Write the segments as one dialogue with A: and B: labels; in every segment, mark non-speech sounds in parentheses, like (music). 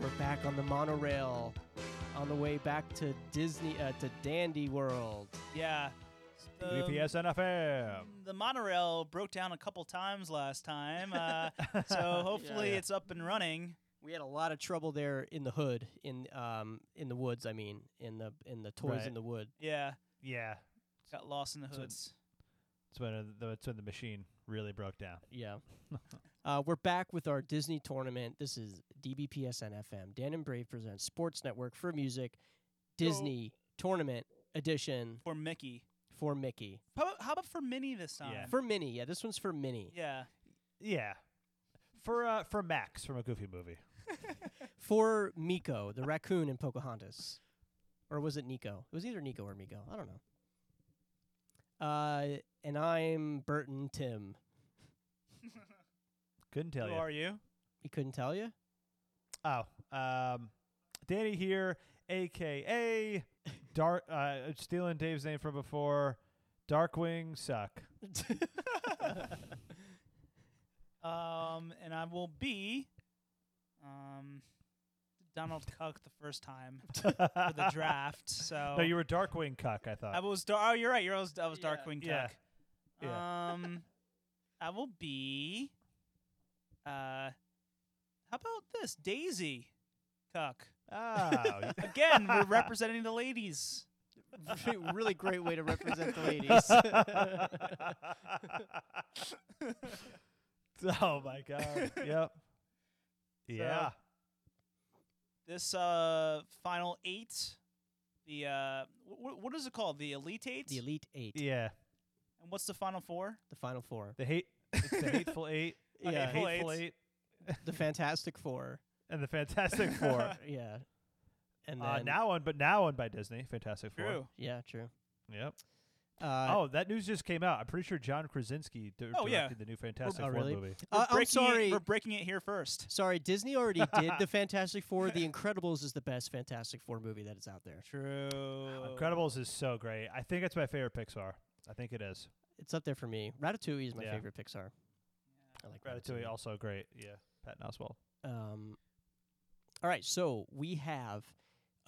A: We're back on the monorail on the way back to Disney, uh, to Dandy World.
B: Yeah.
C: Um,
B: The,
C: WPSNFM.
B: the monorail broke down a couple times last time, uh, so hopefully
A: Yeah.
B: it's up and running.
A: We had a lot of trouble there in the hood, in um, in the woods. I mean, in the in the toys
C: Right.
A: in the wood.
B: Yeah,
C: Yeah,
B: got lost in the hoods.
C: it's when uh, the it's when the machine really broke down.
A: Yeah. uh, we're back with our Disney tournament. This is DBPSN FM. Dan and Brave presents Sports Network for Music Disney Tournament Edition
B: For Mickey,
A: for Mickey.
B: how about, how about for Minnie this time?
C: Yeah.
A: For Minnie. Yeah, this one's for Minnie.
B: Yeah.
C: Yeah, for uh, for Max from a Goofy movie.
A: For Miko, the raccoon in Pocahontas. Or was it Nico? It was either Nico or Miko. I don't know. Uh, and I'm Burton Tim.
C: Couldn't tell
B: Who
C: you.
B: are you?
A: You couldn't tell you?
C: Oh, um, Danny here, aka Dark. Uh, stealing Dave's name from before. Darkwing suck.
B: Um, and I will be, um, Donald Cuck the first time (laughs) for the draft. So
C: No, you were Darkwing cuck. I
B: I
C: thought.
B: was. Dar- oh, you're right. You're. I was, I was Darkwing
C: Yeah.
B: Cuck.
C: yeah.
B: Um, (laughs) I will be. Uh, how about this Daisy, Cuck?
C: oh,
B: Again,
C: (laughs)
B: we're representing the ladies.
A: (laughs) really great way to (laughs) represent the ladies.
C: (laughs)
B: (laughs)
C: oh my god. Yep. Yeah.
B: This uh final eight, the uh, wh- wh- what is it called? The elite eight.
A: the Elite Eight,
C: yeah.
B: and what's the final four?
A: the Final Four,
C: The hate. It's the hateful (laughs) eight.
A: Yeah.
C: hateful,
B: Hateful
C: eight.
B: Eight.
A: the Fantastic (laughs) Four.
C: and the (laughs) Fantastic Four.
A: Yeah. And then,
C: uh, now owned, but now owned by Disney. Fantastic Four.
B: True.
A: Yeah, true.
C: Yep.
A: Uh,
C: oh, that news just came out. I'm pretty sure John Krasinski di-
B: Oh,
C: directed
B: yeah.
C: the new Fantastic
A: oh,
C: Four
A: really?
C: movie.
A: Uh,
B: We're
A: I'm
B: breaking it-
A: sorry.
B: we're breaking it here first.
A: Sorry, Disney already did (laughs) the Fantastic Four. The Incredibles is the best Fantastic Four movie that is out there.
B: True.
C: Incredibles is so great. I think it's my favorite Pixar. I think it is.
A: It's up there for me. Ratatouille is my
C: Yeah.
A: favorite Pixar. I like
C: Ratatouille also great. Yeah. Patton Oswald.
A: Um, all right, so we have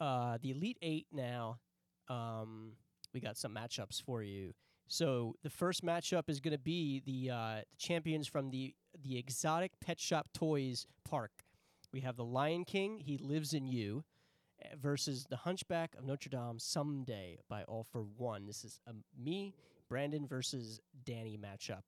A: uh, the Elite Eight now. Um, we got some matchups for you. So the first matchup is going to be the, uh, the champions from the the exotic pet shop toys park. We have the Lion King. He lives in you. uh, Versus the Hunchback of Notre Dame someday by all for one. This is um, me, Brandon versus Danny matchup,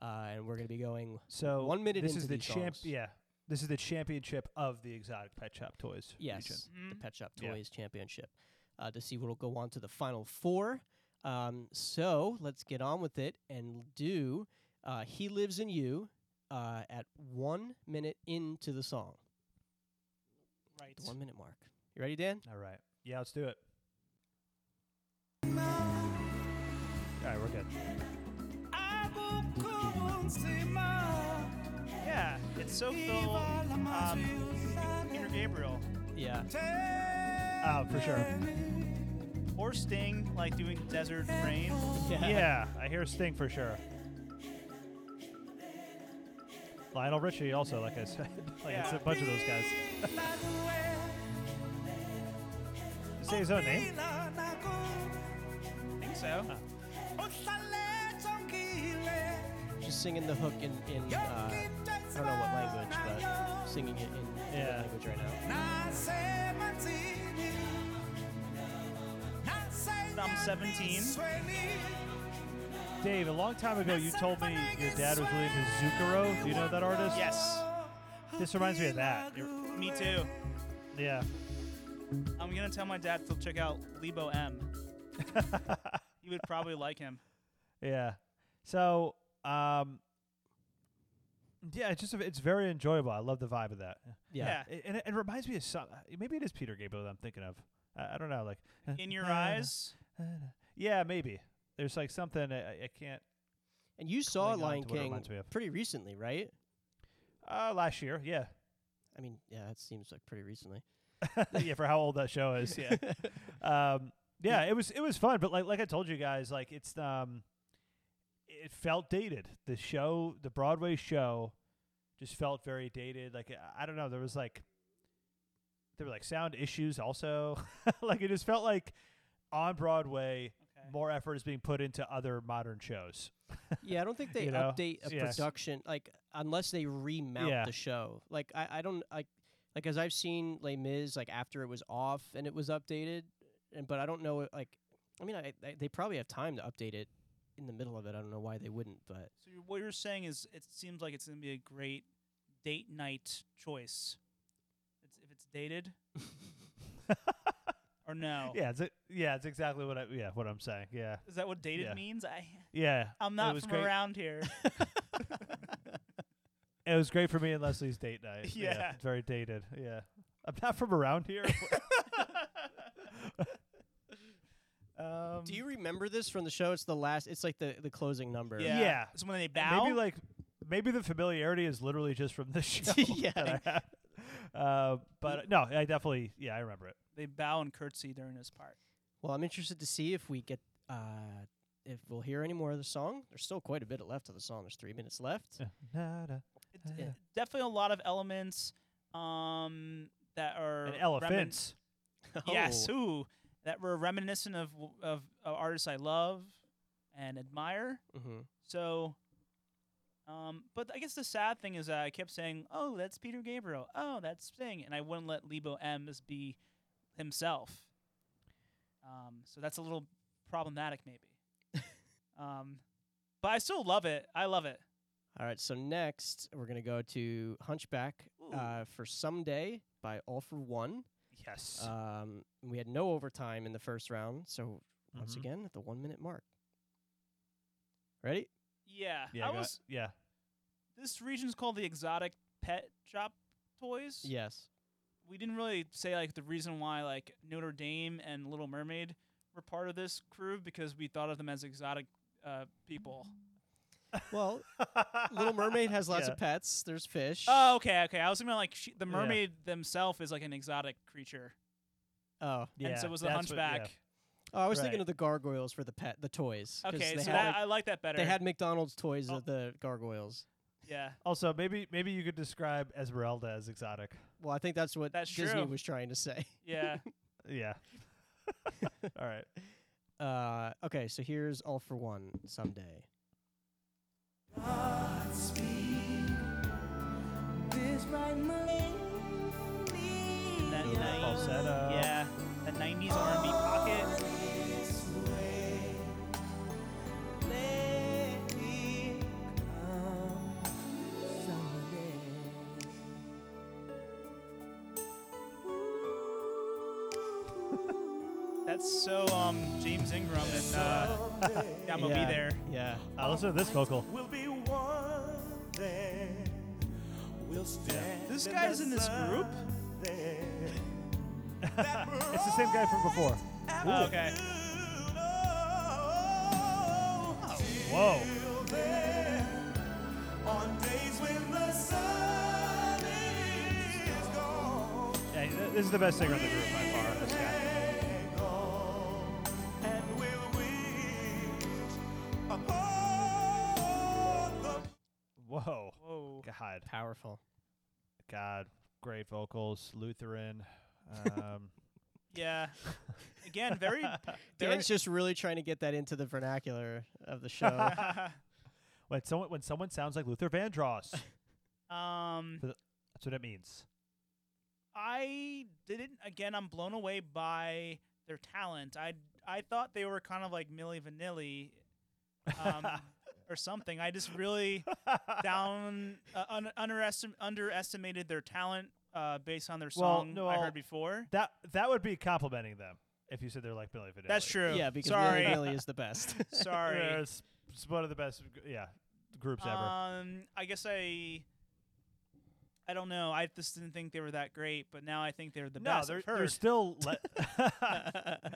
A: uh, and we're going to be going
C: So
A: one minute
C: This
A: into
C: is the
A: these
C: champ.
A: songs.
C: Yeah. This is the championship of the exotic pet shop toys.
A: Yes,
C: region.
A: the Pet Shop
C: Yeah.
A: Toys Championship uh, to see what will go on to the final four. Um, so let's get on with it and do uh, He Lives in You uh, at one minute into the song,
B: Right.
A: the one minute mark. You ready, Dan?
C: All right. Yeah. Let's do it. All right. We're good.
B: Yeah, it's so full. Um, Peter Gabriel
A: Yeah.
C: Oh, for sure.
B: or Sting, like doing Desert Rain.
A: (laughs)
C: yeah, I hear Sting for sure. Lionel Richie also, like I said, (laughs) like it's a
B: Yeah.
C: bunch of those guys. Did you say his own name?
B: I think
C: Uh,
B: so.
A: Just singing the hook in, in uh, I don't know what language, but singing it in
C: Yeah.
A: that language right now.
B: I'm 17.
C: Dave, a long time ago, you told me your dad was really into Zucchero. Do you know that artist?
B: Yes,
C: This reminds me of that. You're-
B: me too.
C: yeah.
B: I'm gonna tell my dad to check out Lebo
C: (laughs)
B: M. you would probably like him.
C: Yeah. So, um, yeah, it's just it's very enjoyable. I love the vibe of that.
A: Yeah.
C: It- and it, it reminds me of some. Maybe it is Peter Gabriel that I'm thinking of. I, I don't know. Like
B: In your eyes.
C: Yeah, maybe. There's like something I, I- I can't.
A: And you saw
C: Cling on
A: Lion
C: to what it
A: King
C: reminds me of.
A: pretty recently, right?
C: Uh, last year, yeah,
A: I mean, yeah, that seems like pretty recently.
C: (laughs) yeah. For how old that
A: (laughs)
C: show is, yeah. um, yeah, it was it was fun, but like like I told you guys, like it's um, it felt dated. The show, the Broadway show, just felt very dated. Like I I don't know, there was like there were like sound issues also. (laughs) like it just felt like on Broadway
B: Okay.
C: more effort is being put into other modern shows.
A: Yeah, I don't think they
C: You know?
A: update a
C: Yes.
A: production like unless they remount
C: Yeah.
A: the show. Like I, I don't like like as I've seen Les Mis like after it was off and it was updated, and but I don't know like I mean I, I, they probably have time to update it in the middle of it. I don't know why they wouldn't, but
B: So you're, what you're saying is, it seems like it's gonna be a great date night choice. It's, if it's dated,
C: (laughs)
B: or no?
C: Yeah, it's a, yeah, it's exactly what I yeah what I'm saying. Yeah,
B: Is that what dated
C: Yeah.
B: means? I
C: yeah.
B: I'm
C: It
B: not
C: was
B: from
C: great.
B: around
C: (laughs)
B: here.
C: It was great for me and Leslie's date night.
B: Yeah.
C: it's very dated. Yeah, I'm not from around here. um,
A: do you remember this from the show? It's the last. It's like the the closing number. (laughs)
B: yeah.
C: Yeah. (laughs)
B: It's when they
C: and
B: bow.
C: Maybe like maybe the familiarity is literally just from this (laughs) show.
A: Yeah.
C: that I had. Uh, but no, I definitely yeah I remember it.
B: they bow and curtsy during this part.
A: Well, I'm interested to see if we get uh if we'll hear any more of the song. There's still quite a bit left of the song. There's three minutes
C: (laughs)
A: left.
B: It,
C: Yeah.
B: it- definitely a lot of elements um, that are
C: And
B: remin-
C: elephants.
B: yes,
A: Oh,
B: ooh, that were reminiscent of, w- of of artists I love and admire.
A: mhm.
B: So, um, but I guess the sad thing is that I kept saying, "Oh, that's Peter Gabriel. Oh, that's Sting," and I wouldn't let Lebo M's be himself. Um, so that's a little problematic, maybe. um, but I still love it. I love it.
A: All right, so next we're gonna go to Hunchback
B: Ooh.
A: uh, for Someday by All for One.
C: Yes.
A: Um, we had no overtime in the first round, so once
C: Mhm.
A: again at the one minute mark. Ready?
B: Yeah,
C: yeah,
B: I
C: go-
B: was. (laughs)
C: yeah.
B: This region's called the Exotic Pet Shop Toys.
A: Yes.
B: we didn't really say like the reason why like Notre Dame and Little Mermaid were part of this crew because we thought of them as exotic uh, people.
A: Well, Little Mermaid has lots of pets. There's fish.
B: Oh, okay, okay. I was thinking like she, the
C: Yeah.
B: mermaid themselves is like an exotic creature,
A: Oh,
C: Yeah,
B: and so it was a
C: that's what- yeah.
B: hunchback.
A: Oh, I was
C: Right.
A: thinking of the gargoyles for the pet, the toys. 'cause
B: Okay,
A: they
B: so
A: had,
B: that, I like that better.
A: they had McDonald's toys
C: Oh.
A: of the gargoyles.
B: yeah,
C: Also, maybe maybe you could describe Esmeralda as exotic.
A: Well, I think that's what
B: That's
A: Disney
B: true.
A: was trying to say.
B: yeah.
C: Yeah. All right.
A: Uh, okay, so here's All for One someday.
B: that
C: Little
B: night-
C: falsetto.
B: Yeah, the '90s R&B pocket. That's so um James Ingram and uh, yeah, I'm gonna
A: yeah,
B: be there.
A: Yeah.
C: Uh, listen to this vocal.
D: We'll be one day. We'll stand.
B: This guy's in this group.
C: It's the same guy from before.
B: Oh, okay. Oh.
C: Whoa.
D: On days when the sun is gone.
C: Yeah, th- this is the best singer in the group by far. This guy.
D: And we'll wish upon the
C: Whoa.
B: Whoa.
C: God.
A: Powerful.
C: God. Great vocals. Lutheran. (laughs) Um,
B: Yeah. Again, very. very
A: Dan's just really trying to get that into the vernacular of
B: (laughs)
A: the show.
C: when someone when someone sounds like Luther Vandross, that's
B: um,
C: what it means.
B: I didn't. Again, I'm blown away by their talent. I I thought they were kind of like Milli Vanilli, um, (laughs) or something. I just
C: (laughs)
B: really down uh, un, underestim- underestimated their talent uh, based on their
C: Well,
B: song
C: no,
B: I
C: I'll-
B: heard before.
C: (laughs) That that would be complimenting them if you said they're like Billy Vanilli.
B: That's true.
A: yeah, because
B: sorry,
A: Milli Vanilli is the best.
B: (laughs) sorry.
C: Yeah, it's, it's one of the best. Yeah, groups ever.
B: Um, I guess I. I don't know. I just didn't think they were that great, but now I think they're the
C: no,
B: best.
C: they're,
B: I've
C: they're
B: heard.
C: still. Le-
B: (laughs)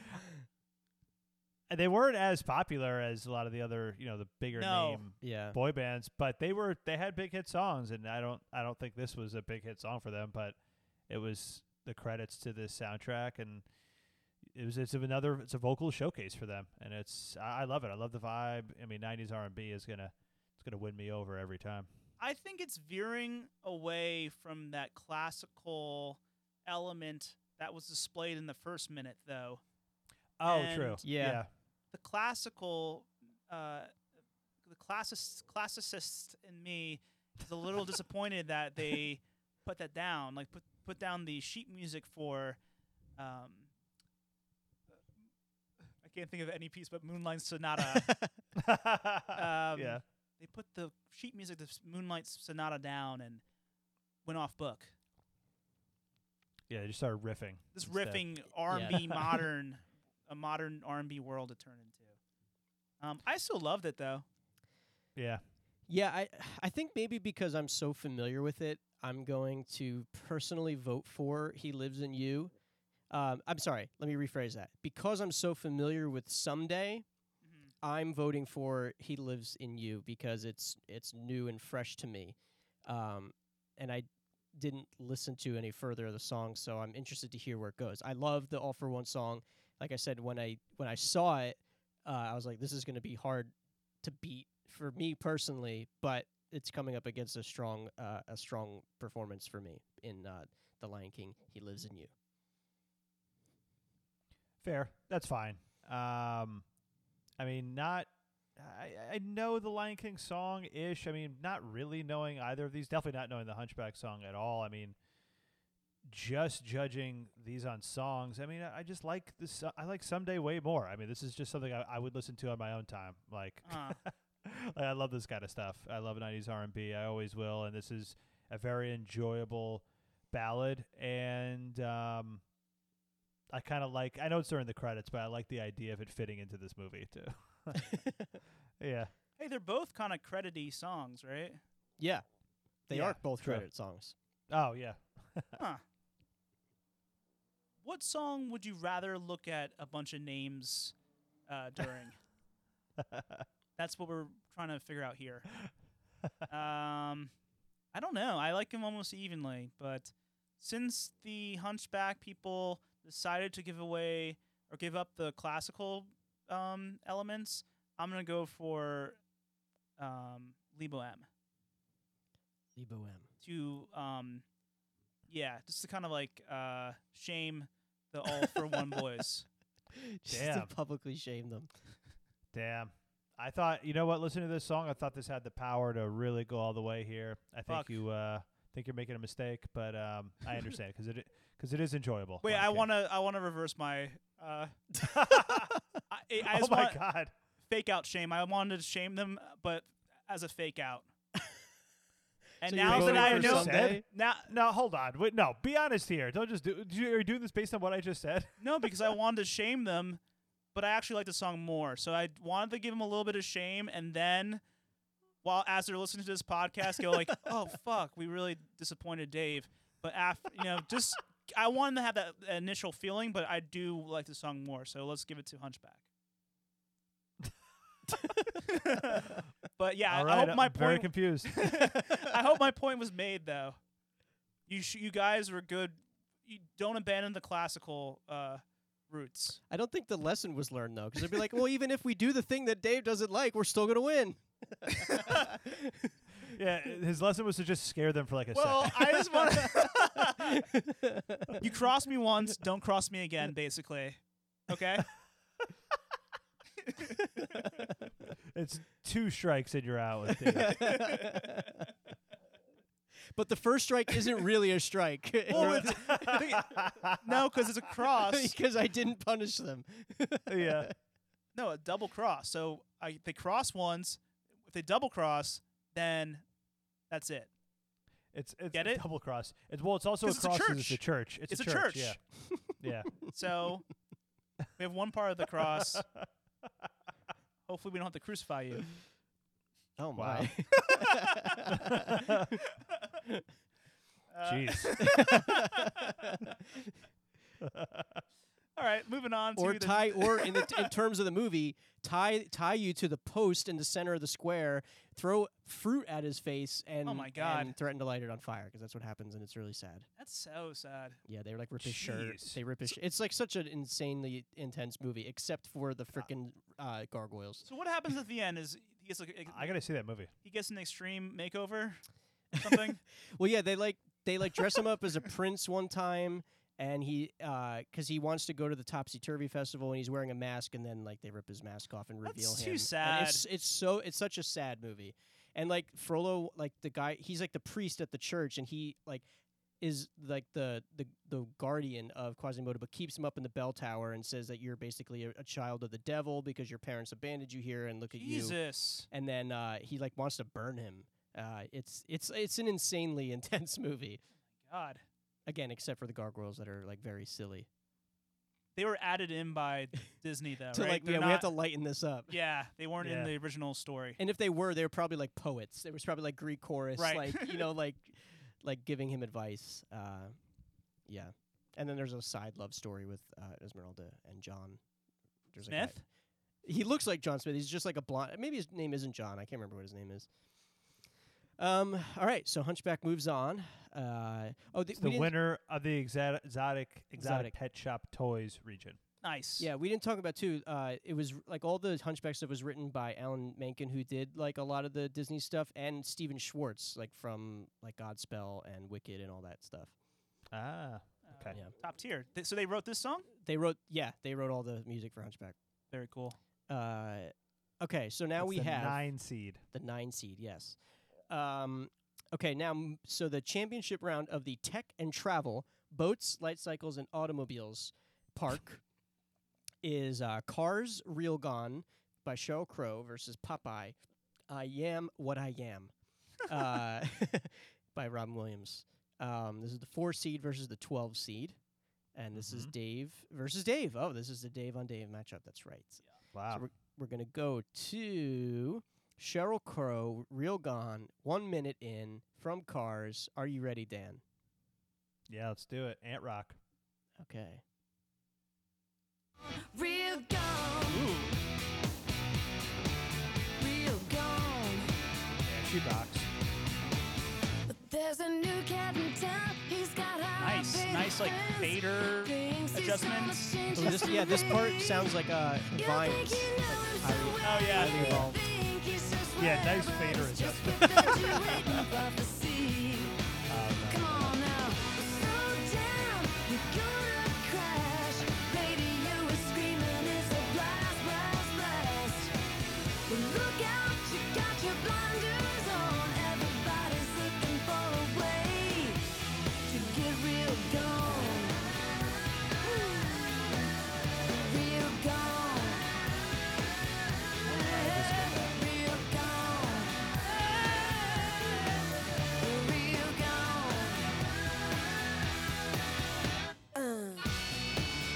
C: and they weren't as popular as a lot of the other, you know, the bigger
B: No.
C: name
A: (laughs) yeah.
C: boy bands, but they were they had big hit songs, and I don't I don't think this was a big hit song for them, but it was the credits to this soundtrack, and it was it's another it's a vocal showcase for them, and it's I, I love it. I love the vibe. I mean, '90s R&B is gonna it's gonna win me over every time.
B: I think it's veering away from that classical element that was displayed in the first minute, though.
C: Oh,
B: And-
C: true.
A: Yeah.
B: The classical, uh, the classicist, classicist in me is a little disappointed that they put that down, like put put down the sheet music for. Um, I can't think of any piece but Moonlight Sonata.
C: (laughs) Yeah.
B: Um,
C: yeah.
B: They put the sheet music, the s- Moonlight Sonata, down and went off book.
C: Yeah. They just started riffing.
B: this
C: instead.
B: riffing R&B modern, a modern R&B world to turn into. Um, I still loved it though.
C: Yeah.
A: Yeah, I I think maybe because I'm so familiar with it, I'm going to personally vote for He Lives in You. Um, I'm sorry, let me rephrase that. Because I'm so familiar with Someday,
B: Mhm.
A: I'm voting for He Lives in You because it's it's new and fresh to me. Um, and I didn't listen to any further of the song, so I'm interested to hear where it goes. I love the All for One song. Like I said, when I when I saw it, uh, I was like, this is going to be hard to beat for me personally, but it's coming up against a strong uh, a strong performance for me in uh, The Lion King. He lives in you. (laughs)
C: Fair. That's fine. Um, I mean, not. I, I know the Lion King song ish. I mean, not really knowing either of these. Definitely not knowing the Hunchback song at all. I mean, just judging these on songs. I mean, I, I just like this. I like someday way more. I mean, this is just something I, I would listen to on my own time. Like,
B: Uh,
C: like, (laughs) I love this kind of stuff. I love '90s R&B. I always will, and this is a very enjoyable ballad. And um, I kind of like. I know it's during the credits, but I like the idea of it fitting into this movie too. (laughs) yeah,
B: hey, they're both kind of credity songs, right?
A: Yeah, they
C: Yeah,
A: are both
C: true.
A: credit songs.
C: Oh yeah.
B: Huh. What song would you rather look at a bunch of names uh, during? That's what we're trying to figure out here. Um, I don't know. I like them almost evenly, but since the Hunchback people decided to give away or give up the classical um, elements, I'm gonna go for um, Lebo M
A: Lebo M.
B: to um yeah just to kind of like uh shame the all
A: (laughs)
B: for one boys
A: (laughs) Just
C: Damn.
A: to publicly shame them.
C: Damn. I thought you know what, listening to this song, I thought this had the power to really go all the way here. I think
B: Fuck.
C: you uh think you're making a mistake, but um I understand cuz it cuz it is enjoyable.
B: wait
C: Lion
B: i
C: King.
B: want to i want to reverse my
A: (laughs)
B: uh I, I
C: (laughs) Oh
B: just
C: my
B: want
C: god.
B: fake out shame i wanted to shame them but as a
A: (laughs)
B: fake out and
A: So you're
B: now
A: voting
B: that i
A: for
B: know
A: Sunday?
B: now
C: No, hold on. Wait, no, be honest here. Don't just do. do you, are you doing this based on what I just said?
B: no because i wanted to shame them but i actually like the song more so i wanted to give them a little bit of shame and then while as they're listening to this podcast go like, "Oh fuck, we really disappointed Dave." But after you know, just I wanted to have that initial feeling, but I do like the song more. So let's give it to
C: (laughs)
B: Hunchback. (laughs) but yeah, I-
C: All right,
B: I hope my
C: I'm very
B: point.
C: confused.
B: I hope my point was made though. You sh- you guys were good. You don't abandon the classical uh, roots.
A: I don't think the lesson was learned though, because they'd be like, well, even if we do the thing that Dave doesn't like, we're still gonna win.
C: (laughs)
A: (laughs)
C: yeah, his lesson was to just scare them for like a
B: Well,
C: second.
B: I just want (laughs) you cross me once, don't cross me again, basically. Okay.
C: It's two strikes and you're out. (laughs) With it.
A: but the first strike isn't really a strike. (laughs)
B: Well, it's, I think
C: (laughs)
B: it- no, because it's a cross.
A: because I didn't punish them.
C: yeah.
B: (laughs) No, a double cross. So I, they cross once. If they double cross, then that's it.
C: It's it's
B: Get
C: a
B: it?
C: double cross. It's well, it's also a
B: 'Cause it's a
C: cross 'cause it's a
B: church.
C: church. It's,
B: It's
C: a
B: a
C: church.
B: church.
C: Yeah. (laughs)
B: So we have one part of the cross. Hopefully, we don't have to crucify you.
A: Oh
C: Wow.
A: my! (laughs)
C: Yeah.
B: Uh,
C: Jeez.
B: All right, moving on
A: or
B: to the (laughs)
A: tie, or in the, in terms of the movie, tie tie you to the post in the center of the square, throw fruit at his face, and
B: Oh, my God.
A: and threaten to light it on fire because that's what happens, and it's really sad.
B: That's so sad.
A: Yeah, they like rip his shirt.
C: Jeez.
A: They rip his. Sh- it's like such an insanely intense movie, except for the freaking uh, gargoyles.
B: So what happens at the end is he gets like
C: I gotta see that movie.
B: he gets an extreme makeover, something.
A: (laughs) Well, yeah, they like they like dress him up as a prince one time, and he because he wants to go to the Topsy Turvy Festival, and he's wearing a mask, and then like they rip his mask off and reveal
B: That's
A: him.
B: too
A: and
B: sad.
A: it's it's so it's such a sad movie, and like Frollo, like the guy, he's like the priest at the church, and he like is like the the the guardian of Quasimodo, but keeps him up in the bell tower and says that you're basically a, a child of the devil because your parents abandoned you here, and look at you
B: Jesus.
A: and then uh, he like wants to burn him. Uh, it's it's it's an insanely (laughs) intense movie.
B: God.
A: Again, except for the gargoyles that are like very silly.
B: They were added in by Disney though,
A: So
B: right?
A: like
B: They're
A: yeah, we have (laughs)
B: not-
A: to lighten this up.
B: Yeah, they weren't
C: Yeah.
B: in the original story.
A: And if they were, they were probably like poets. There was probably like Greek chorus,
B: Right.
A: like you
B: (laughs)
A: know, like like giving him advice. Uh, yeah. And then there's a side love story with uh, Esmeralda and John. There's a guy-
B: Smith?
A: he looks like John Smith. He's just like a blonde. Maybe his name isn't John. I can't remember what his name is. Um. All right. So Hunchback moves on. Uh. Oh, th-
C: It's
A: we
C: the
A: didn't-
C: winner of the exotic, exotic
A: Exotic.
C: exotic pet shop toys region.
B: Nice.
A: Yeah, we didn't talk about too. Uh, it was r- like all the Hunchback stuff was written by Alan Menken, who did like a lot of the Disney stuff, and Steven Schwartz, like from like Godspell and Wicked and all that stuff.
C: Ah,
B: Uh,
C: okay.
A: Yeah.
B: Top tier. Th- so they wrote this song?
A: They wrote, yeah, they wrote all the music for Hunchback.
B: Very cool.
A: Uh, okay, so now
C: That's
A: we
C: the
A: have
C: nine seed.
A: the nine seed. Yes. Um, okay, now m- so the championship round of the tech and travel boats, light cycles, and automobiles park is uh, Cars Real Gone by Sheryl Crow versus Popeye. I am what I am uh, (laughs) by Robin Williams. Um, this is the four seed versus the twelve seed. And this is
C: Mhm.
A: Dave versus Dave. Oh, this is the Dave on Dave matchup. That's right.
C: Wow.
A: We're gonna go to Cheryl Crow, Real Gone, one minute in from Cars. Are you ready, Dan?
C: yeah, let's do it. Ant Rock.
A: Okay.
E: Real gone,
B: Ooh.
E: real gone.
C: Yeah, she rocks.
E: But there's a new cat in town. He's got high
B: Nice. Nice like fader
E: faders. Thinks he's
B: adjustments.
E: gonna change
A: Oh, this, yeah, this part
E: his
A: sounds like uh,
E: ways. You
A: Vines.
E: think you know him so
A: highly-
E: well,
B: Oh, yeah.
E: you
A: highly evolved.
E: think he's just
C: Yeah, nice
E: whatever.
C: fader
E: It's just
C: adjustment.
E: what that you're waiting for to see. Come on now, slow down. You're gonna crash. Radio is screaming, it's a blast, blast, blast. Look out, you got your blinders on. Everybody's looking for a way to get real gone. (laughs) Real gone. Real gone. Real gone. Uh.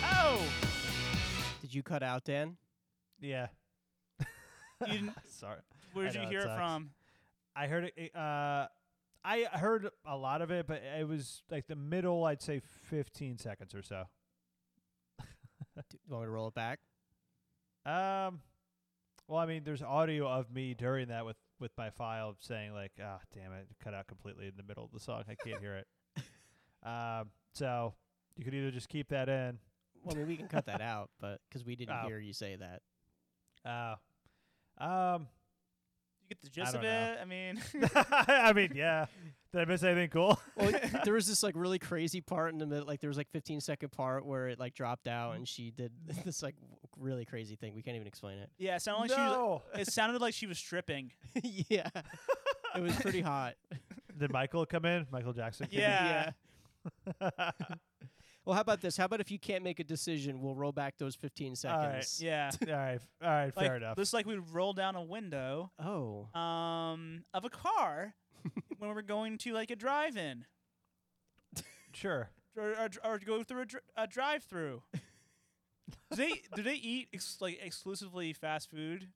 B: Oh.
A: (laughs) Did you cut out, Dan?
C: Yeah.
B: You didn't-
C: Sorry.
B: Where
C: I
B: did you
C: know, it
B: hear it
C: sucks.
B: from?
C: I heard it. it, Uh, I heard a lot of it, but it was like the middle, I'd say 15 seconds or so.
A: Do you want me to roll it back?
C: Um, well, I mean, there's audio of me during that with with my file saying like, ah, damn it, cut out completely in the middle of the song. I can't hear it. Um, so you could either just keep that in.
A: Well, I mean, we can cut that out, but because we didn't
C: Oh.
A: hear you say that.
C: Uh, um, (laughs)
B: You get the gist
C: don't
B: of it?
C: know.
B: I mean, (laughs)
C: I mean, yeah. Did I miss anything cool?
A: Well, there was this like really crazy part in the middle, like there was like 15 second part where it like dropped out, and she did (laughs) this like w- really crazy thing. We can't even explain it.
B: yeah, it sounded like
C: no.
B: she was, it sounded like she was
C: (laughs)
B: stripping.
A: (laughs) yeah, it was pretty hot.
C: Did Michael come in? Michael Jackson. came in?
A: (laughs)
B: Yeah.
C: (laughs)
A: Well, how about this? How about if you can't make a decision, we'll roll back those 15
C: All right.
A: seconds.
B: Yeah.
C: all right. All right.
B: Like,
C: fair enough.
B: Looks like we roll down a window
A: Oh,
B: um, of a
C: (laughs)
B: car when we're going to like a drive-in
C: Sure.
B: or, or, or go through a, dr- a drive-through. do they do they eat ex- like exclusively fast food?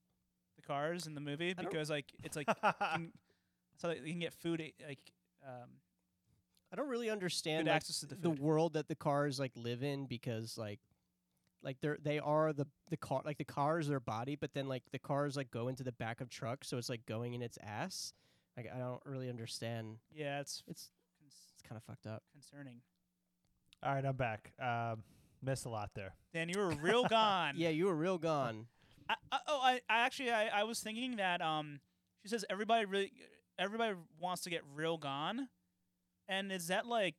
B: The cars in the movie
A: don't-
B: because like it's
A: (laughs)
B: like can, so they can get food eh, like um,
A: I don't really understand
B: Good
A: like,
B: access to the
A: the
B: food.
A: world that the cars like live in because like like they're they are the the car like the car is their body, but then like the cars like go into the back of trucks, so it's like going in its ass. Like I don't really understand.
B: yeah it's
A: It's
B: cons-
A: it's kind of fucked up.
B: concerning.
C: All right. I'm back. Um, missed a lot there.
B: Dan, you were
A: (laughs)
B: real gone.
A: Yeah, you were real gone.
B: I, I, oh, I, I actually I, I was thinking that um she says everybody really everybody wants to get real gone, and is that like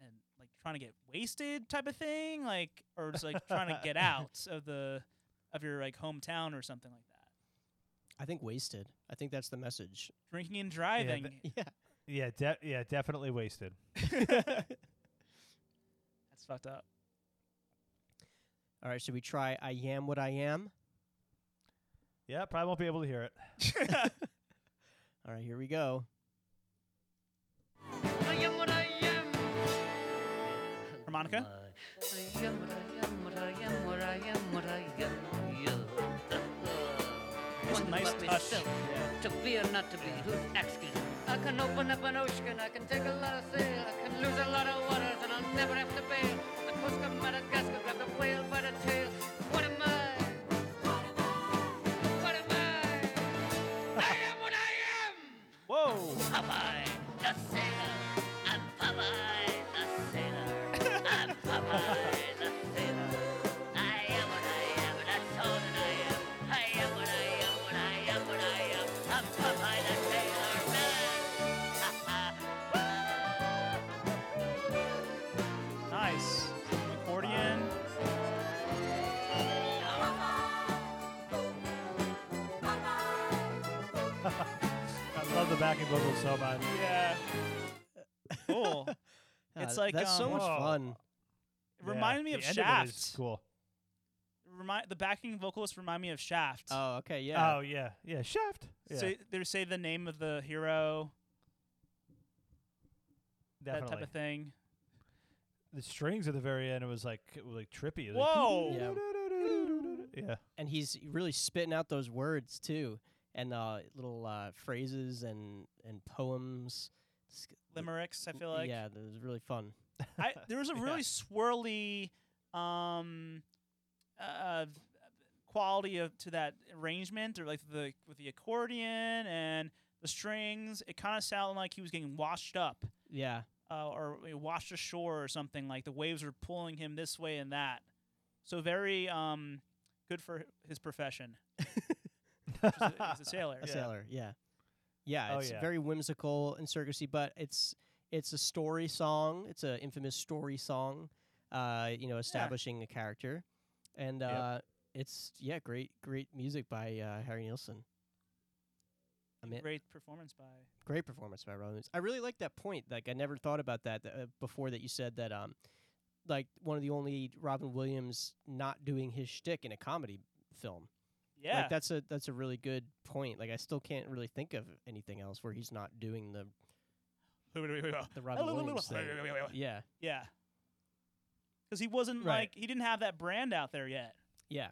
B: and like trying to get wasted type of thing, like, or just like trying to
A: (laughs)
B: get out of the of your like hometown or something like that.
A: I think wasted. I think that's the
B: (laughs)
A: message.
B: Drinking and driving.
A: Yeah.
C: Yeah, de- yeah, definitely wasted.
B: (laughs) That's fucked up.
A: (laughs) All right, should we try I am what I am?
C: Yeah, probably won't be able to hear it.
A: All right, here we go.
F: I am what I am.
B: Harmonica?
F: I am what I am, what I am, what I am, what I am. Yeah.
B: It's a
F: Wonder
B: nice
F: about
B: touch.
F: myself, To be or not to be, who's asking? I can open up an ocean, I can take a lot of sail, I can lose a lot of waters, and I'll never have to bail. I coast of Madagascar, grab the whale by the tail. What am I? What am I? I am what I am!
B: Whoa!
F: Popeye the sailor. I'm Popeye the sailor. I'm Popeye the sailor. I am what I am, and that's all that I am. I am what I am, what I am, what I am. I'm Popeye the sailor man. Ha, ha.
B: Nice. Accordion.
C: I love the backing vocals so much.
B: Yeah.
A: (laughs)
B: Cool.
A: Ah,
B: It's like,
A: that's so
B: um,
A: much
C: Whoa.
A: fun.
B: It reminded me
C: yeah,
B: of
C: the end Of it is
B: Shaft.
C: cool.
B: Remind the backing vocalists remind me of Shaft.
A: Oh, okay, yeah.
C: Oh yeah, yeah. Shaft. Yeah,
B: So they say the name of the hero,
C: definitely.
B: that type of thing.
C: The strings at the very end, it was like it was like trippy. It was
B: Whoa.
A: Yeah.
C: Like, yeah.
A: And he's really spitting out those words too, and uh, little uh, phrases and and poems. It's g-
B: Limericks, I feel like.
A: yeah, that was really fun.
B: I, there was a
C: Yeah.
B: really swirly um, uh, quality of to that arrangement, or like the with the accordion and the strings. It kind of sounded like he was getting washed up,
A: Yeah,
B: uh, or uh, washed ashore, or something. Like the waves were pulling him this way and that. So very um, good for his profession. He's a, he's a sailor.
A: a
C: Yeah.
A: sailor. Yeah, yeah.
C: Oh,
A: It's
C: yeah.
A: very whimsical and circusy, but it's it's a story song. It's a infamous story song. Uh, you know, establishing a character, and
C: Yep.
A: uh, it's yeah, great great music by uh, Harry Nilsson. I mean,
B: Great performance by.
A: Great performance by Robin Williams. I really like that point. Like I never thought about that th- uh, before that you said that. Um, like one of the only Robin Williams not doing his shtick in a comedy film.
B: Yeah.
A: Like that's a that's a really good point. Like I still can't really think of anything else where he's not doing the the Robin Williams thing. Yeah,
B: Yeah. Because he wasn't
A: Right.
B: like he didn't have that brand out there yet.
A: yeah,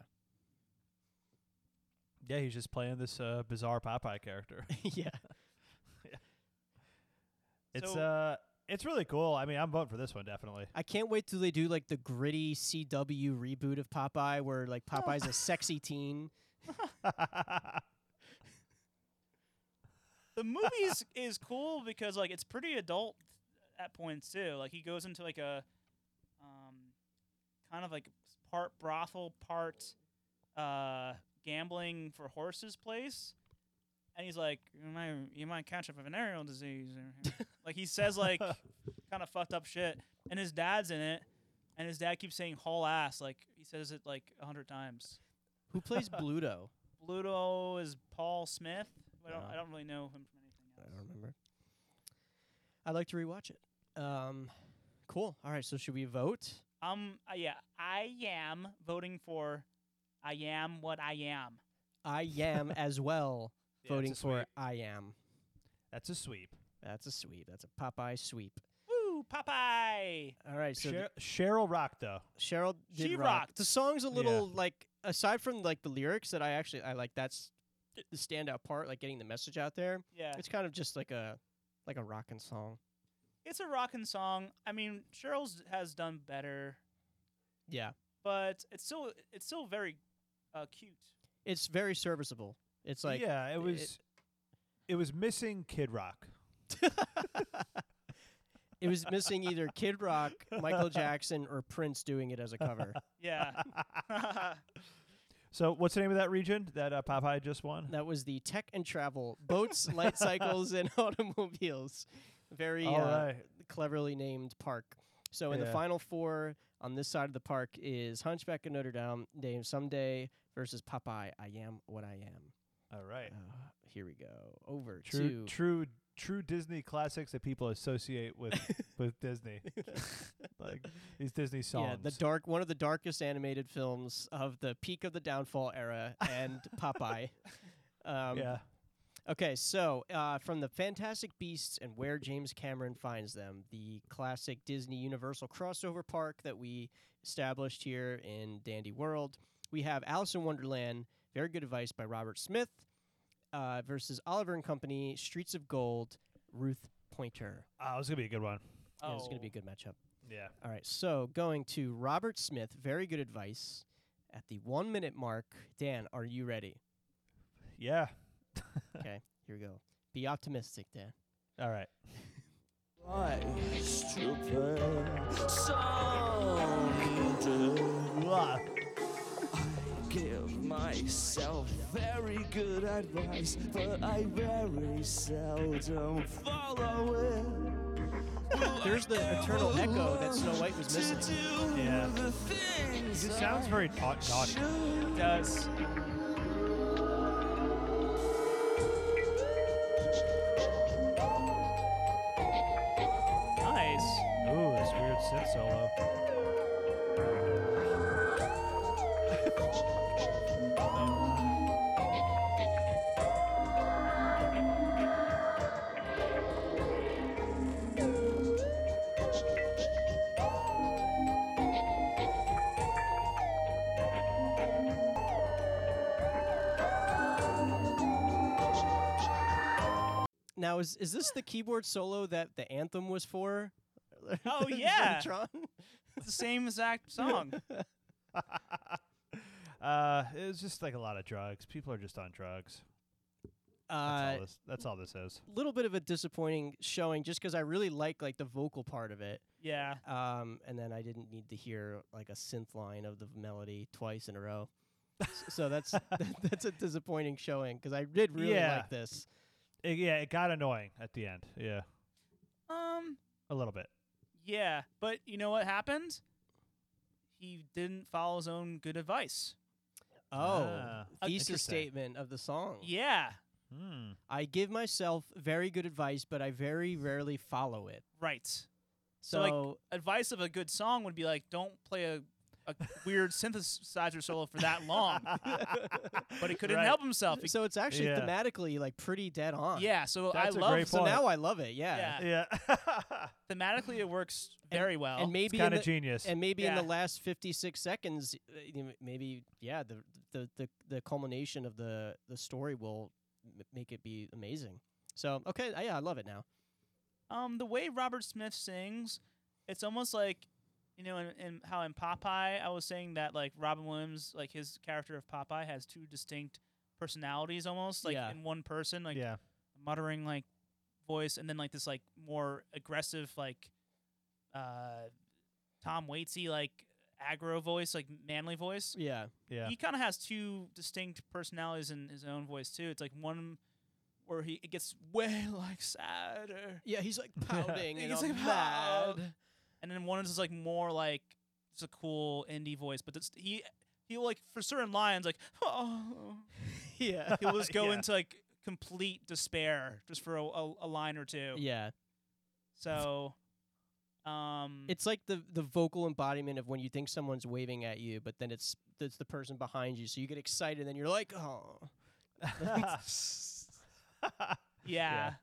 C: Yeah, he's just playing this uh, bizarre Popeye character.
A: yeah.
C: It's
B: So-
C: uh, it's really cool. I mean, I'm voting for this one definitely.
A: I can't wait till they do like the gritty CW reboot of Popeye, where like Popeye's a sexy teen.
B: The movie
A: (laughs)
B: is, is cool because like it's pretty adult at points too. Like he goes into like a um, kind of like part brothel, part uh, gambling for horses place. And he's like, you might, you might catch a venereal disease. (laughs) or- like he
A: (laughs)
B: says like kind of fucked up shit. And his dad's in it. And his dad keeps saying haul ass. Like he says it like a hundred times.
A: Who plays Bluto?
B: Bluto is Paul Smith. I don't, I
A: Yeah.
B: don't really know him from
A: I
B: anything
A: don't
B: else.
A: remember. I'd like to rewatch it. Um, cool. All right, so should we vote?
B: Um, uh, yeah, I am voting for I am what I am.
A: I
C: (laughs)
A: am as well
C: Yeah,
A: voting
C: it's a
A: for
C: sweep.
A: I am.
C: That's a sweep.
A: That's a sweep. That's a Popeye sweep.
B: Woo, Popeye!
A: All right, so
C: Cher- Cheryl Rock though.
A: the- Cheryl did
B: She
A: rock.
B: rocked.
A: The song's a little like aside from like the lyrics that I actually I like that's the standout part, like getting the message out there.
B: Yeah,
A: It's kind of just like a like a rockin' song.
B: it's a rockin' song. I mean, Cheryl's has done better,
A: Yeah.
B: but it's still it's still very uh, cute.
A: It's very serviceable. It's like
C: yeah, it
A: it-
C: was. It, was missing Kid Rock.
A: it was missing either Kid Rock,
C: (laughs)
A: Michael Jackson, or Prince doing it as a cover.
B: Yeah,
A: (laughs)
C: So what's the name of that region that uh, Popeye just won?
A: That was the tech and travel, boats,
C: (laughs)
A: light cycles, and (laughs) automobiles. Very
C: All
A: uh,
C: right.
A: cleverly named park. So in the
C: Yeah.
A: final four on this side of the park is Hunchback of Notre Dame, Dame Someday versus Popeye. I am what I am.
C: All right.
A: Uh, here we go. Over
C: True,
A: to
C: true, true Disney classics that people
A: (laughs)
C: associate with with Disney, like these Disney
A: yeah,
C: songs.
A: the dark one of the darkest animated films of the peak of the downfall era
C: (laughs)
A: and Popeye. Um,
C: yeah.
A: Okay, so uh, from the Fantastic Beasts and Where James Cameron Finds Them, the classic Disney Universal crossover park that we established here in Dandy World, we have Alice in Wonderland, Very Good Advice by Robert Smith, uh, versus Oliver and Company, Streets of Gold, Ruth Pointer.
C: Oh, it's gonna be a good one.
A: Yeah, it's going to be
C: Oh.
A: a good matchup.
C: Yeah.
A: All right, so going to Robert Smith, Very Good Advice at the one minute mark. Dan, are you
C: (laughs)
A: ready?
C: Yeah.
A: Okay, here we go. Be optimistic, Dan.
C: All right.
G: Stupid sounded. I give myself very good advice, but I very seldom follow it.
A: There's the eternal echo that Snow White was
G: To
A: missing.
G: do
C: Yeah.
G: the things
C: It sounds
G: I
C: very ta- naughty.
G: should.
B: It does. Nice.
C: Ooh, this weird synth solo. (laughs)
A: Now, is is this the keyboard solo that the anthem was for? (laughs)
B: Oh, yeah.
A: Tron?
B: It's the same exact song.
C: Uh, it's just like a lot of drugs. People are just on drugs. That's
A: Uh,
C: all this. That's all this is.
A: little bit of a disappointing showing, just because I really like like the vocal part of it,
B: yeah.
A: um, and then I didn't need to hear like a synth line of the melody twice in a row. S- so that's (laughs) that's a disappointing showing because I did really
C: Yeah.
A: like this.
C: It, yeah, it got annoying at the end. Yeah,
B: Um.
C: a little bit.
B: Yeah, but you know what happened? He didn't follow his own good advice.
A: Oh,
C: Ah,
A: thesis
C: interesting.
A: statement of the song.
B: Yeah.
C: (laughs) Hmm.
A: I give myself very good advice, but I very rarely follow it.
B: Right.
A: So,
B: like advice of a good song would be like, don't play a, a weird synthesizer solo for that
C: (laughs)
B: long. (laughs) but he couldn't
C: Right.
B: help himself. He-
A: so it's actually
C: Yeah.
A: thematically like pretty dead on.
B: yeah. So
C: That's
B: I
C: a
B: love.
C: great
A: So
C: point.
A: now I love it. Yeah.
B: Yeah.
C: Yeah. (laughs)
B: Thematically, it works very well.
A: And
C: it's
A: maybe in
C: kind of
A: the,
C: genius.
A: and maybe in the
B: Yeah.
A: last 56 seconds uh, you know, maybe yeah the the the, the culmination of the the story will m- make it be amazing. So okay, I- yeah, I love it now.
B: um, the way Robert Smith sings, it's almost like, you know, in, in how in Popeye, I was saying that like Robin Williams, like his character of Popeye, has two distinct personalities almost, like
A: Yeah.
B: in one person, like
C: yeah.
B: muttering like voice, and then like this like more aggressive like, uh, Tom Waitsy like aggro voice, like manly voice.
A: Yeah.
C: Yeah.
B: He kind of has two distinct personalities in his own voice too. It's like one. Where he it gets (laughs) way like sadder,
A: Yeah, he's
C: (laughs)
A: like pouting and
B: He's
A: all
B: like,
A: mad.
B: "Pow." and then one is just like more like just a cool indie voice, but it's, he he like for certain lines like (laughs) oh
A: (laughs) Yeah.
B: he'll
A: (laughs)
C: (laughs)
B: just go
C: Yeah.
B: into like complete despair just for a, a, a line or two.
A: yeah.
B: So, um,
A: It's like the the vocal embodiment of when you think someone's waving at you, but then it's it's the person behind you, so you get excited, and then you're like, oh.
B: yeah,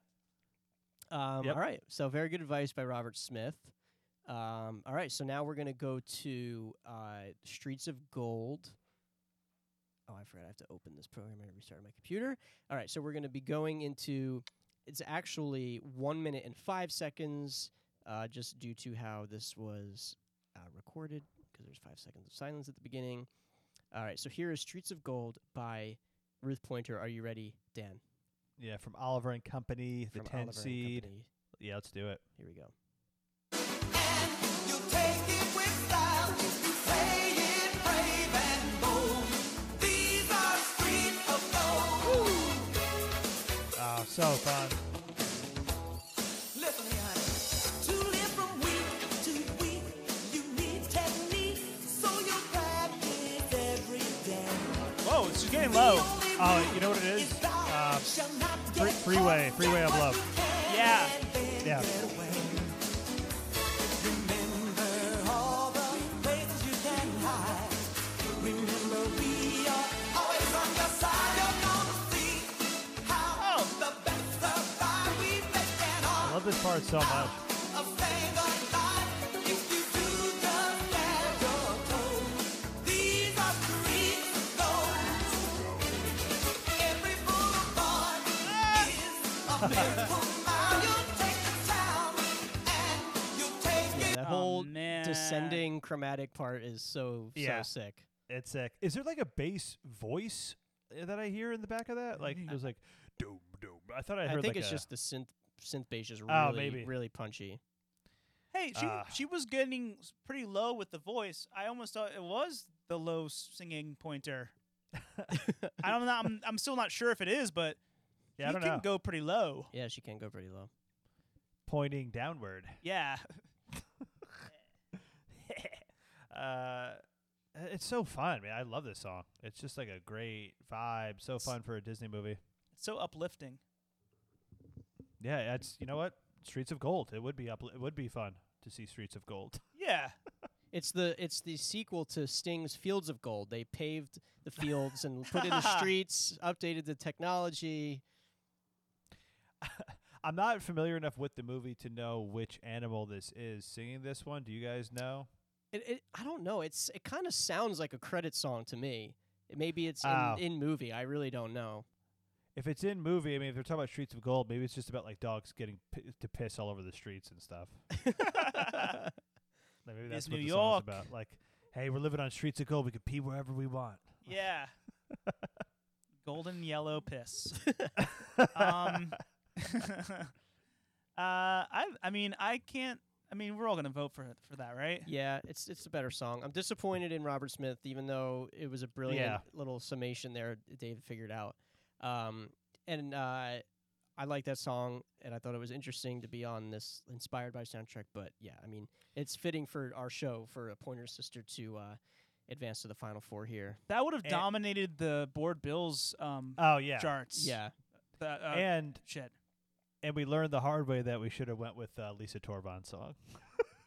A: Um,
C: Yep.
A: All right. So very good advice by Robert Smith. Um, all right. So now we're gonna go to uh, Streets of Gold. Oh, I forgot. I have to open this program and restart my computer. All right. So we're gonna be going into. It's actually one minute and five seconds, uh, just due to how this was uh, recorded, because there's five seconds of silence at the beginning. All right. So here is Streets of Gold by Ruth Pointer. Are you ready, Dan?
C: (laughs) yeah. From Oliver and Company, the
A: From
C: ten
A: Oliver and
C: seed.
A: Company.
C: Yeah, let's do it.
A: Here we go.
C: Oh, so fun.
G: Listen here, honey. To live from week to week
C: It's getting low. Oh, you know what it is? Uh, Fre- freeway, freeway of love.
B: Yeah.
C: Yeah. Oh. I love this part so much.
A: That
C: Um,
B: Oh,
A: whole
B: man.
A: descending chromatic part is so
C: Eh. Yeah.
A: so sick.
C: It's sick. Is there like a bass voice that I hear in the back of that? Like it was like doom doom. I thought I
A: I,
C: heard
A: think
C: like
A: it's
C: a-
A: just the synth synth bass is really
C: Oh, maybe.
A: really punchy.
B: Hey, she
C: Ah.
B: she was getting s- pretty low with the voice. I almost thought it was the low s-
A: (laughs)
B: singing pointer. I don't know. I'm, I'm still not sure if it is, but
C: yeah, I
B: you
C: don't
B: can
C: know.
B: go pretty low.
A: Yeah, she can go pretty low.
C: pointing downward.
B: Yeah. (laughs)
C: uh, it's so fun, man. I love this song. It's just like a great vibe. So fun for a Disney movie.
B: It's so uplifting.
C: Yeah, it's you know what? Streets of Gold. It would be up. It would be fun to see Streets of Gold. (laughs)
B: Yeah.
A: It's the it's the sequel to Sting's Fields of Gold. They paved the fields and put
C: (laughs)
A: in the streets, updated the technology.
C: I'm not familiar enough with the movie to know which animal this is singing this one. Do you guys know?
A: It, it I don't know. It's it kind of sounds like a credit song to me. It, maybe it's
C: Oh.
A: in, in movie. I really don't know.
C: If it's in movie, I mean, if they're talking about Streets of Gold, maybe it's just about like dogs getting p- to piss all over the streets and stuff. Like, maybe
B: It's
C: that's what
B: New
C: the
B: York.
C: song's about. Like, hey, we're living on Streets of Gold. We can pee wherever
B: (laughs)
C: we want.
B: (laughs) Yeah. Golden yellow piss. um, (laughs) uh, I I mean I can't. I mean we're all gonna vote for for that, right?
A: Yeah, it's it's a better song. I'm disappointed in Robert Smith, even though it was a brilliant
C: Yeah.
A: little summation there David figured out. Um, and uh, I like that song, and I thought it was interesting to be on this inspired by soundtrack. But yeah, I mean, it's fitting for our show for a Pointer Sister to uh, advance to the final four here.
B: That would have
C: Eh.
B: dominated the board bills um
C: Oh yeah,
B: charts.
A: Yeah,
B: That, uh,
C: and
B: shit.
C: and we learned the hard way that we should have went with uh, Lisa Torvon song.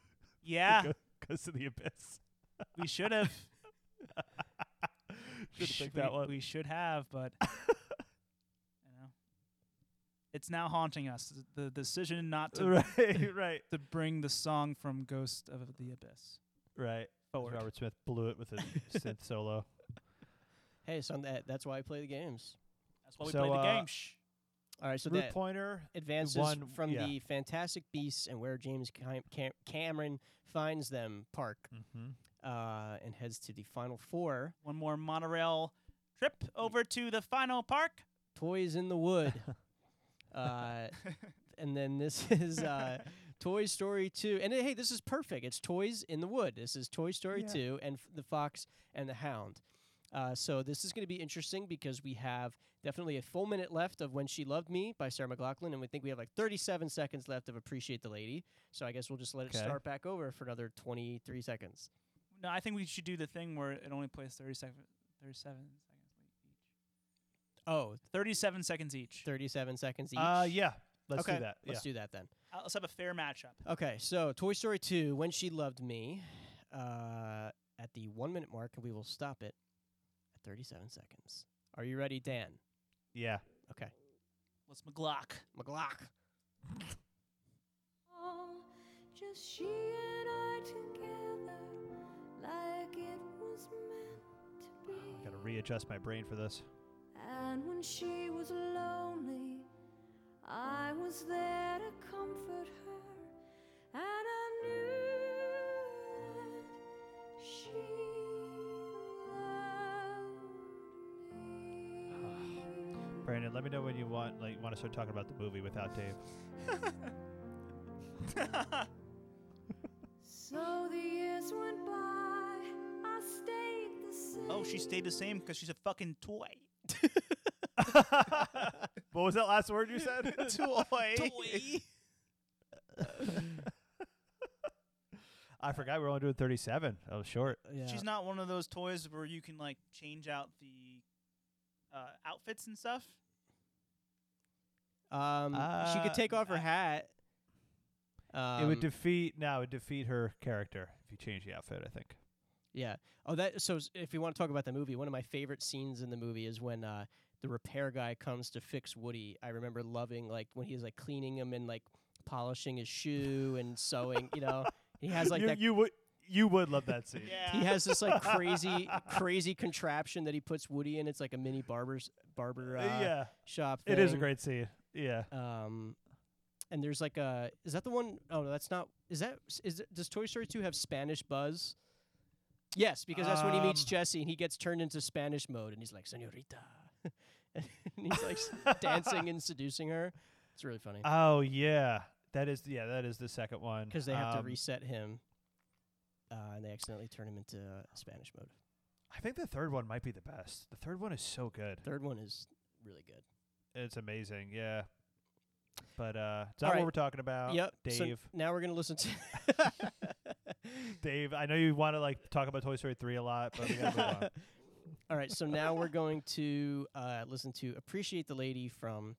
C: (laughs)
B: Yeah,
C: Go- goes to the abyss. (laughs)
B: we should have.
C: should
B: Sh-
C: have picked
B: we,
C: that one. (laughs)
B: we should have, but you know, it's now haunting us. th- The decision not to (laughs)
C: right, (laughs) right,
B: to bring the song from Ghost of the Abyss.
C: right.
B: Forward.
C: Robert Smith blew it with
B: (laughs)
C: a synth solo.
A: hey, so that, that's why I play the games.
B: That's why we
C: So,
B: play the
C: uh,
B: game. Shh.
A: All right, so
C: Root
A: that
C: pointer.
A: advances
C: one-
A: from
C: yeah.
A: the Fantastic Beasts and where James Cam- Cam- Cameron finds them park
C: Mm-hmm.
A: uh, and heads to the final four.
B: One more monorail trip over to the final park.
A: Toys in the
C: (laughs)
A: Wood. uh, and then this (laughs) is uh, Toy Story 2. And uh, hey, this is perfect. It's Toys in the Wood. This is Toy Story 2 and f- The Fox and the Hound. Uh, so this is going to be interesting because we have definitely a full minute left of When She Loved Me by Sarah McLaughlin, and we think we have like 37 seconds left of Appreciate the Lady. So I guess we'll just let it
C: Okay.
A: start back over for another 23 seconds.
B: No, I think we should do the thing where it only plays 30 sec- 37 seconds each.
A: Oh,
B: 37 seconds each.
A: 37 seconds each.
C: Uh, yeah. Let's
B: Okay,
C: do that.
A: Let's
C: yeah.
A: do that then.
B: Uh, Let's have a fair matchup.
A: Okay, so Toy Story 2, When She Loved Me, uh, at the one minute mark, and we will stop it at 37 seconds. Are you ready, Dan?
C: yeah.
A: Okay.
B: Let's McGlock.
A: McGlock.
E: Just she and I together, like it was meant to be.
C: I gotta readjust my brain for this.
E: And when she was lonely, I was there to comfort her. And I knew that she loved me.
C: Brandon, let me know when you want like want to start talking about the movie
B: (laughs)
C: without Dave.
E: So the years went by, I stayed the same.
B: Oh, she stayed the same 'cause she's a fucking
C: (laughs)
B: toy.
C: what was that last word
B: (laughs)
C: you said? (laughs)
B: Toy.
C: I forgot we were only doing 37. I was short.
A: Yeah.
B: She's not one of those toys where you can like change out the uh, outfits and stuff?
A: Um, she
C: Uh,
A: could take off her hat. Um,
C: it would defeat. No, it would defeat her character if you change the outfit. I think.
A: Yeah. Oh, that. So s- if you want to talk about the movie, one of my favorite scenes in the movie is when uh, the repair guy comes to fix Woody. I remember loving like when he's like cleaning him and like polishing his shoe and sewing. You know, he has like
C: (laughs) you,
A: that.
C: you would. You would love that
A: (laughs)
C: scene.
A: he has this like crazy, crazy contraption that he puts Woody in. It's like a mini barber's barber uh,
C: yeah.
A: shop.
C: It is a
A: thing.
C: great scene. Yeah. (laughs)
A: Um, and there's like a is that the one oh no, that's not. Is that is it, does Toy Story two have Spanish Buzz? Yes, because that's when he meets
C: Um,
A: Jesse and he gets turned into Spanish mode and he's like "Senorita," (laughs) and he's like s- dancing and seducing her. It's really funny
C: Oh yeah. That is yeah. That is the second one.
A: because they have
C: Um,
A: to reset him, uh, and they accidentally turn him into uh, Spanish mode.
C: I think the third one might be the best. The third one is so good.
A: Third one is really good.
C: It's amazing. Yeah. But uh, it's
A: All
C: not
A: right.
C: what we're talking about.
A: yep. so
C: Dave.
A: now we're gonna listen to.
C: Dave, I know you want to like talk about Toy Story three a lot, but we (laughs) gotta move on.
A: (laughs) All right, so now we're going to uh, listen to "Appreciate the Lady" from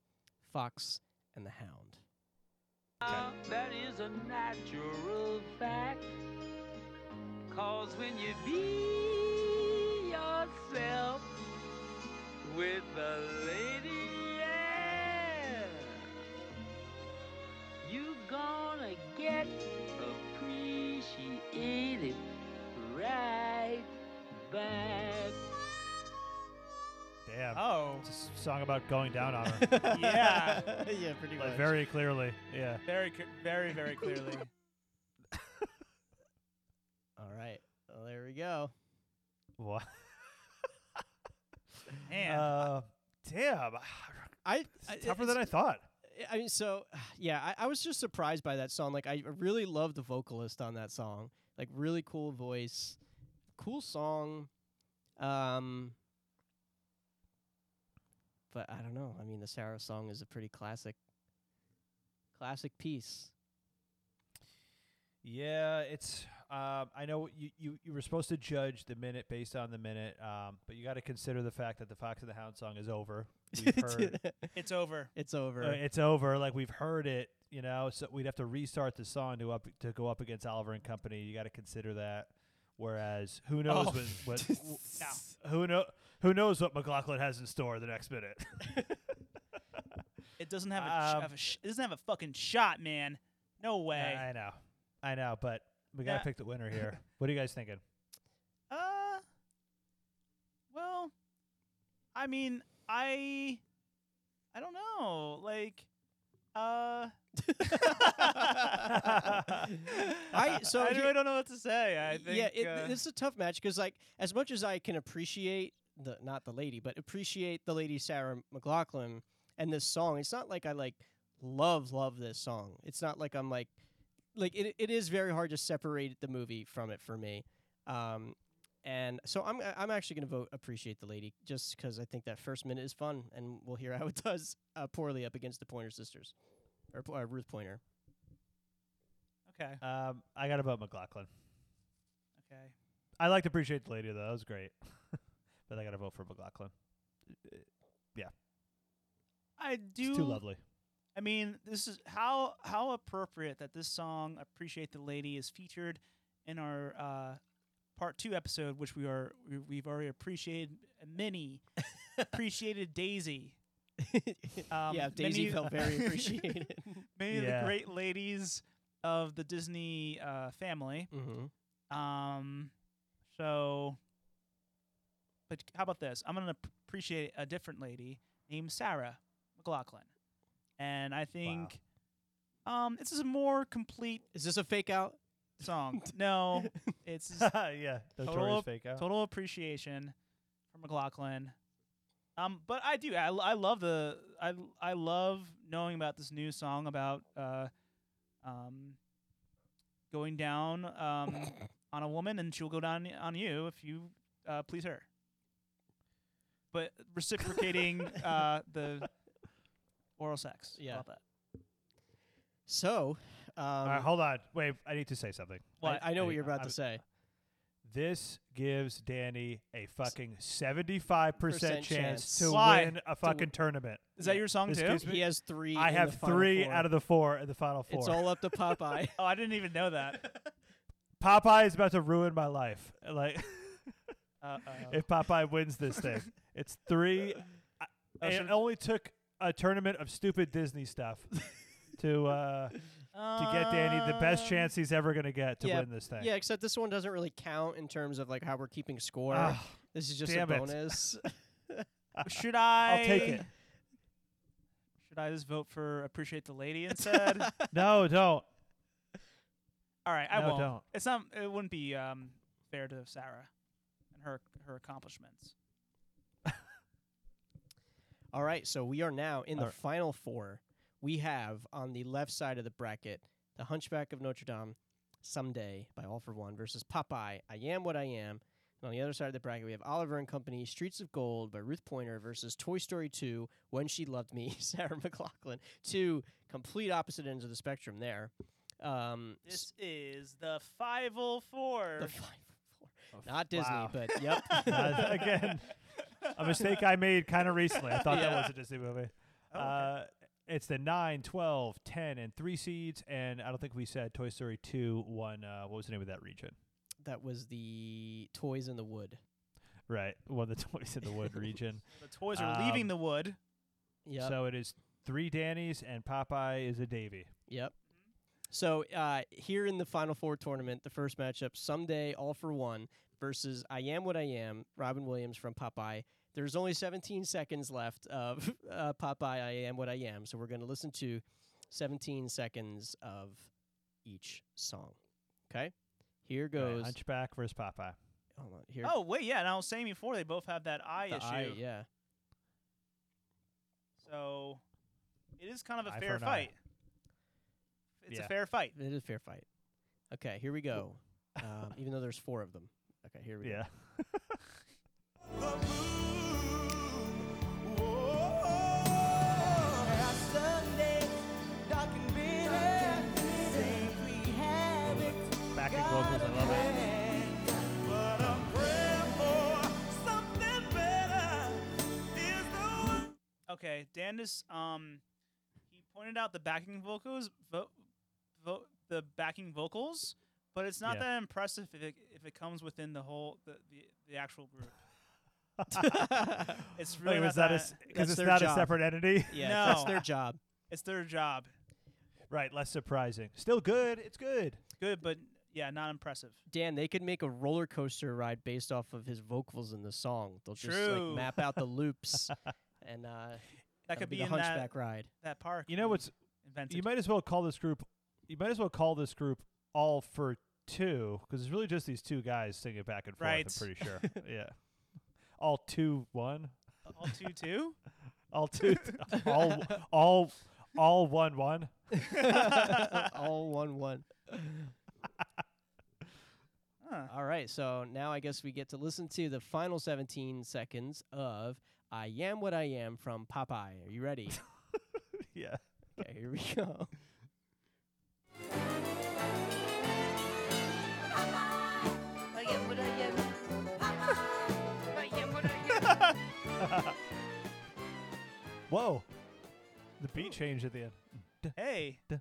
A: Fox and the Hound.
H: That is a natural fact. Cause when you be yourself with a lady, yeah, you gonna get appreciated right back.
C: Damn.
B: Oh,
C: It's a s- song about going down on her.
A: (laughs)
B: (laughs) Yeah.
A: (laughs) yeah, pretty
C: like
A: much.
C: very clearly. Yeah.
B: very, cl- very, very clearly.
A: All right, well, there we go.
C: What?
B: Man,
C: Uh, damn.
A: I I-
C: It's tougher
A: it's-
C: than I thought.
A: I mean, so (sighs) yeah, I, I was just surprised by that song. Like, I really love the vocalist on that song. Like, really cool voice, cool song. Um, but I don't know. I mean, the Sarah song is a pretty classic, classic piece.
C: Yeah, it's. Um, I know you, you you were supposed to judge the minute based on the minute, um, but you got to consider the fact that the Fox and the Hound song is over. (laughs) We've heard,
B: it's over.
A: it's
C: uh,
A: (laughs) over.
C: it's over. Like we've heard it, you know. So we'd have to restart the song to up to go up against Oliver and Company. You got to consider that. Whereas who knows
A: Oh.
C: when what who know who knows what McLaughlin has in store the next minute.
B: It doesn't have a, sh-
C: Um,
B: have a sh- it doesn't have a fucking shot, man. No way.
C: I know, I know, but we got to
B: Yeah.
C: pick the winner here. what are you guys thinking?
B: Uh, well, I mean, I, I don't know. Like, uh,
A: (laughs)
B: (laughs)
A: I- so
B: I
A: he-
B: really don't know what to say. I think.
A: yeah, it,
B: uh,
A: this is a tough match because, like, as much as I can appreciate the not the lady, but appreciate the lady Sarah McLaughlin and this song, it's not like I like love love this song. It's not like I'm like like it. It is very hard to separate the movie from it for me. Um, and so I'm I'm actually gonna vote appreciate the lady just because I think that first minute is fun, and we'll hear how it does uh, poorly up against the Pointer Sisters or Po- uh, Ruth Pointer. (laughs)
B: okay.
C: Um, I got to vote McLaughlin.
B: Okay.
C: I like to appreciate the lady though. That was great. (laughs) but I gotta vote for McLaughlin.
B: I do.
C: It's too lovely.
B: I mean, this is how how appropriate that this song "Appreciate the Lady" is featured in our uh, part two episode, which we are we, we've already appreciated
C: (laughs)
B: many appreciated Daisy. Um,
A: yeah, Daisy
B: many-
A: felt very
B: (laughs)
A: appreciated. (laughs)
B: many of
C: Yeah.
B: the great ladies of the Disney uh, family.
A: mm-hmm.
B: Um, so, but how about this? I'm gonna p- appreciate a different lady named Sarah McLaughlin, and I think, um, this is a more complete
A: Is this a fake out?
B: song. no, it's just
C: (laughs) yeah, notorious
B: ap-
C: fake out.
B: total appreciation for McLaughlin. Um, but I do. I, l- I love the. I l- I love knowing about this new song about uh, um, going down
C: (coughs)
B: um on a woman and she'll go down y- on you if you uh, please her. But
C: (laughs)
B: reciprocating uh the oral sex.
A: Yeah.
B: Love that.
A: So, um,
B: um,
C: All right, hold on. Wait, I need to say something.
A: I,
B: What?
A: I know what you're about
C: I'm-
A: to say.
C: This gives Danny a fucking seventy-five percent
A: Percent
C: chance
A: chance.
C: to
B: Why?
C: win a fucking tournament.
B: Is that your song
C: This
B: too?
C: gives me-
A: He has three.
C: I
A: in
C: have
A: the final
C: three
A: four.
C: out of the four in the final four.
A: It's all up
C: (laughs)
A: to Popeye.
B: oh, I didn't even know that.
C: Popeye is about to ruin my life. (laughs) Like
B: Uh, uh,
C: if Popeye wins this thing, it's three. I-
B: Oh,
C: and
B: so-
C: it only took a tournament of stupid Disney stuff to uh, to get Danny the best
B: Um,
C: chance he's ever gonna get to
A: Uh, yeah,
C: win this thing.
A: yeah, except this one doesn't really count in terms of like how we're keeping score.
C: Ah,
A: this is just a
C: damn it. (laughs)
A: bonus.
B: Should I?
C: I'll take it.
B: Should I just vote for appreciate the
C: (laughs)
B: lady instead?
C: No, don't.
B: All right, I
C: No,
B: won't.
C: don't.
B: It's not. It wouldn't be um, fair to Sarah and her her accomplishments.
A: All right, so we are now in the
C: All right.
A: final four. We have on the left side of the bracket The Hunchback of Notre Dame, Someday by All for One versus Popeye, I Am What I Am. And on the other side of the bracket, we have Oliver and Company, Streets of Gold by Ruth Pointer versus Toy Story 2, When She Loved Me, (laughs) Sarah McLaughlin. Two complete opposite ends of the spectrum there. Um, s-
B: This is the five oh four.
A: the (laughs) final four. Not Disney,
C: Oh, wow.
A: but yep. (laughs)
C: (laughs) Uh, again, a mistake I made kind of recently. I thought that was a Disney movie.
A: Oh,
C: uh, it's the 9, 12, 10, and 3 seeds. And I don't think we said Toy Story 2 won. Uh, what was the name of that region?
A: that was the Toys in the Wood.
C: Right. Won the (laughs) Toys in
A: (laughs)
C: the Wood region.
B: the toys are leaving
C: um,
B: the wood.
A: Yep.
C: So it is three Danny's, and Popeye is a Davy.
A: Yep. So uh, here in the Final Four tournament, the first matchup, someday all for one versus I am what I am, Robin Williams from Popeye. There's only 17 seconds left of (laughs) uh, Popeye, I am what I am. So we're going to listen to 17 seconds of each song. Okay. Here
C: Right,
A: goes.
C: Hunchback versus Popeye.
A: hold on. Here.
B: Oh wait, yeah. And I was saying before they both have that eye
A: the
B: issue.
A: eye, yeah.
B: So it is kind of a
C: Eye for
B: fair
C: an eye.
B: fight. It's
C: Yeah.
B: a fair fight.
A: It is a fair fight. Okay. Here we go. Um, even though there's four of them. Okay. Here we go.
C: Yeah.
D: The moon, oh,
G: Our Sunday, dark and bitter. Say we have it.
C: Backing vocals. I love it.
D: but a prayer for something better is the one.
B: Okay, Dandis, um, he pointed out the backing vocals, vo- vo- the backing vocals, but it's not
C: Yeah.
B: that impressive if it, if it comes within the whole the, the, the actual group. It's really
C: Like,
B: not
C: was that
B: that-
A: That's
C: because it's
A: their
C: not a
A: job.
C: separate entity?
A: (laughs) Yeah. That's
B: No.
A: their job.
B: It's their job.
C: right. Less surprising. Still good. It's good.
B: Good, but yeah, not impressive.
A: Dan, they could make a roller coaster ride based off of his vocals in the song. They'll just
B: True.
A: like map out the
B: (laughs)
A: loops, and uh,
B: That could
A: be,
B: be,
A: the
B: in
A: Hunchback
B: that, (laughs)
A: ride. (laughs)
B: that park.
C: You know
B: we
C: what's
B: invented?
C: you might as well call this group you might as well call this group all for two because it's really just these two guys singing back and forth
B: Right.
A: (laughs)
C: i'm pretty sure yeah all two one
B: all two
C: (laughs)
B: two.
A: (laughs)
C: all two all all all one one
A: All one one.
B: Huh.
A: All right, so now I guess we get to listen to the final 17 seconds of "I Am What I Am" from Popeye. Are you
B: (laughs)
A: ready?
C: yeah
A: okay, here we go.
C: whoa the beat changed at the end
B: Hey,
C: Duh.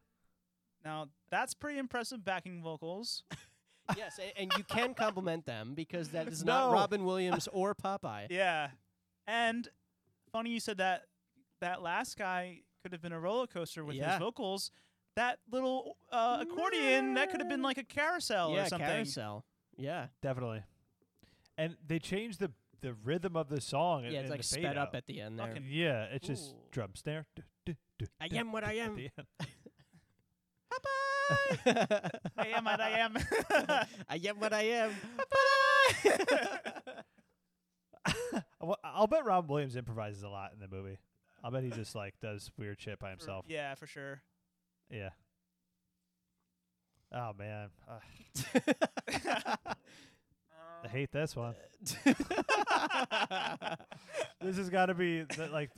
B: now that's pretty impressive backing vocals.
A: yes, and, and you can compliment them because that is not
C: No.
A: Robin Williams or
C: (laughs)
A: Popeye.
B: yeah, and funny you said that. That last guy could have been a roller coaster with
A: Yeah.
B: his vocals. That little uh, accordion that could have been like a carousel
A: yeah,
B: or something.
A: carousel. Yeah,
C: definitely and they changed the the rhythm of the song
A: yeah,
C: in
A: it's
C: the
A: like
C: fade
A: sped up
C: out.
A: at the end there.
B: Fucking-
C: yeah it's just
B: Ooh.
C: drum snare duh, duh, duh,
A: I
C: duh,
A: am what
C: duh
A: I
C: at
A: am.
C: the end.
B: (laughs)
C: (laughs)
B: I am what I am.
A: (laughs) I am what I am.
C: (laughs) Well, I'll bet Rob Williams improvises a lot in the movie. I'll bet he just like does weird shit by
B: For-
C: himself.
B: yeah, for sure. (laughs)
C: Yeah. Oh man,
A: (laughs)
C: Ugh, I hate this one.
A: (laughs)
C: This has got to be the, like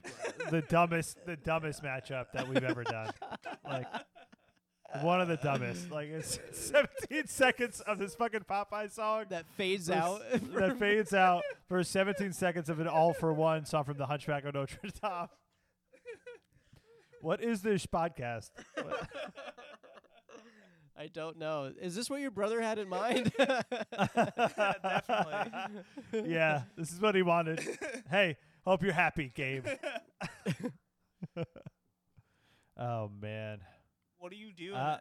C: the dumbest, the dumbest matchup that we've ever done. Like, one of the dumbest. Like it's (laughs) 17 seconds of this fucking Popeye song
A: (laughs) that fades
C: vers-
A: out.
C: that fades out for 17 seconds of an all for one song from the Hunchback of Notre (laughs) Dame. What is this podcast? What-
A: I don't know. Is this what your brother had in mind?
C: (laughs)
B: Definitely.
C: yeah, this is what he wanted. Hey, hope you're happy, Gabe. (laughs) oh man.
B: What do you do in, a,
C: Uh,
B: uh, in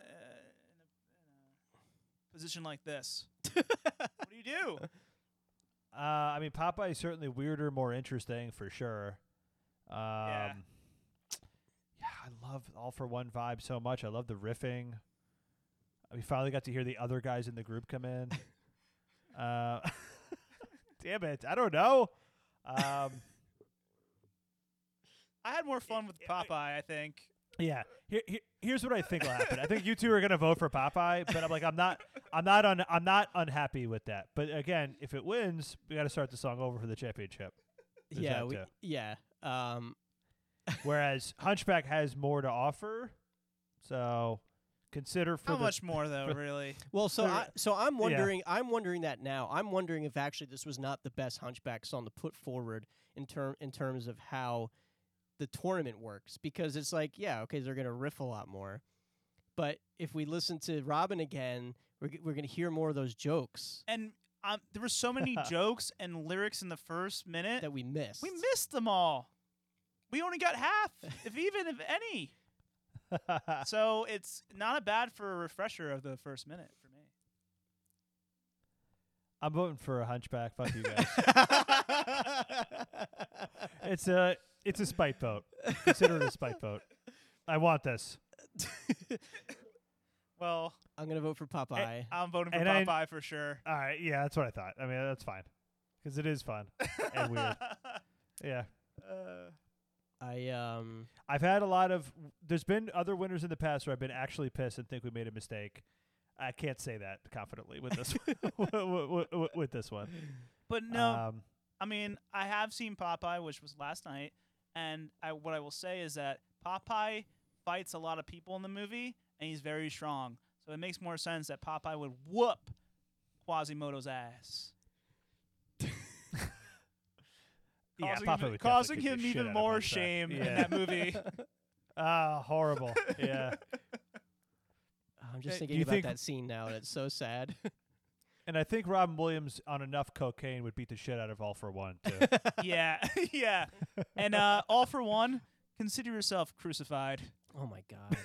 B: a position like
C: (laughs)
B: this? what do you do?
C: Uh, I mean, Popeye is certainly weirder, more interesting for sure. Um, yeah. I love All for One vibe so much. I love the riffing. We finally got to hear the other guys in the group come in. uh, (laughs) damn it. I don't know. Um,
B: I had more fun with Popeye, I think.
C: yeah. Here, here, here's what I think will happen. I think you two are going to vote for Popeye, but I'm like, I'm not, I'm not, un, I'm not unhappy with that. But again, if it wins, we got to start the song over for the championship.
A: (laughs)
C: There's
A: yeah,
C: that
A: we,
C: too.
A: yeah. Um,
C: Whereas Hunchback has more to offer. So consider for
B: How
C: the,
B: much more though,
C: (laughs) for-
B: really?
A: well, so
C: There-
A: I, so I'm wondering. I'm wondering that now. I'm wondering if actually this was not the best Hunchback song to put forward in term in terms of how the tournament works because it's like yeah okay they're gonna riff a lot more, but if we listen to Robin again, we're g- we're gonna hear more of those jokes
B: And um, there were so
C: (laughs)
B: many jokes and lyrics in the first minute.
A: that we missed.
B: we missed them all. We only got half,
C: (laughs)
B: if even if any. So it's not a bad for a refresher of the first minute for me.
C: (laughs) I'm voting for a Hunchback. Fuck you guys. (laughs) it's a it's a spite vote. Consider it a spite vote. I want this.
B: Well,
A: I'm gonna vote for Popeye.
B: I'm voting for
C: and I-
B: Popeye for sure.
C: All right. Yeah, that's what I thought. I mean, that's fine because it is fun (laughs)
B: (laughs)
C: and weird. Yeah.
A: I um
C: I've had a lot of. There's been other winners in the past where I've been actually pissed and think we made a mistake. I can't say that confidently with
B: (laughs)
C: this (laughs) with, with, with this one.
B: But no,
C: Um,
B: I mean, I have seen Popeye, which was last night, and I, what I will say is that Popeye fights a lot of people in the movie, and he's very strong. So it makes more sense that Popeye would whoop Quasimodo's ass,
C: yeah,
B: causing
C: Papa
B: him,
C: would definitely
B: causing
C: kick the
B: him
C: shit out
B: even
C: of
B: more
C: Hunchback.
B: shame in
C: Yeah.
B: that
C: (laughs)
B: movie.
C: Ah, (laughs) horrible. Yeah.
A: I'm just
C: Uh,
A: thinking
C: you
A: about
C: think-
A: that scene now, and it's so sad.
C: And I think Robin Williams on enough cocaine would beat the shit out of All for One too. (laughs)
B: yeah, (laughs) yeah. And uh, all for one, consider yourself crucified.
A: oh my god.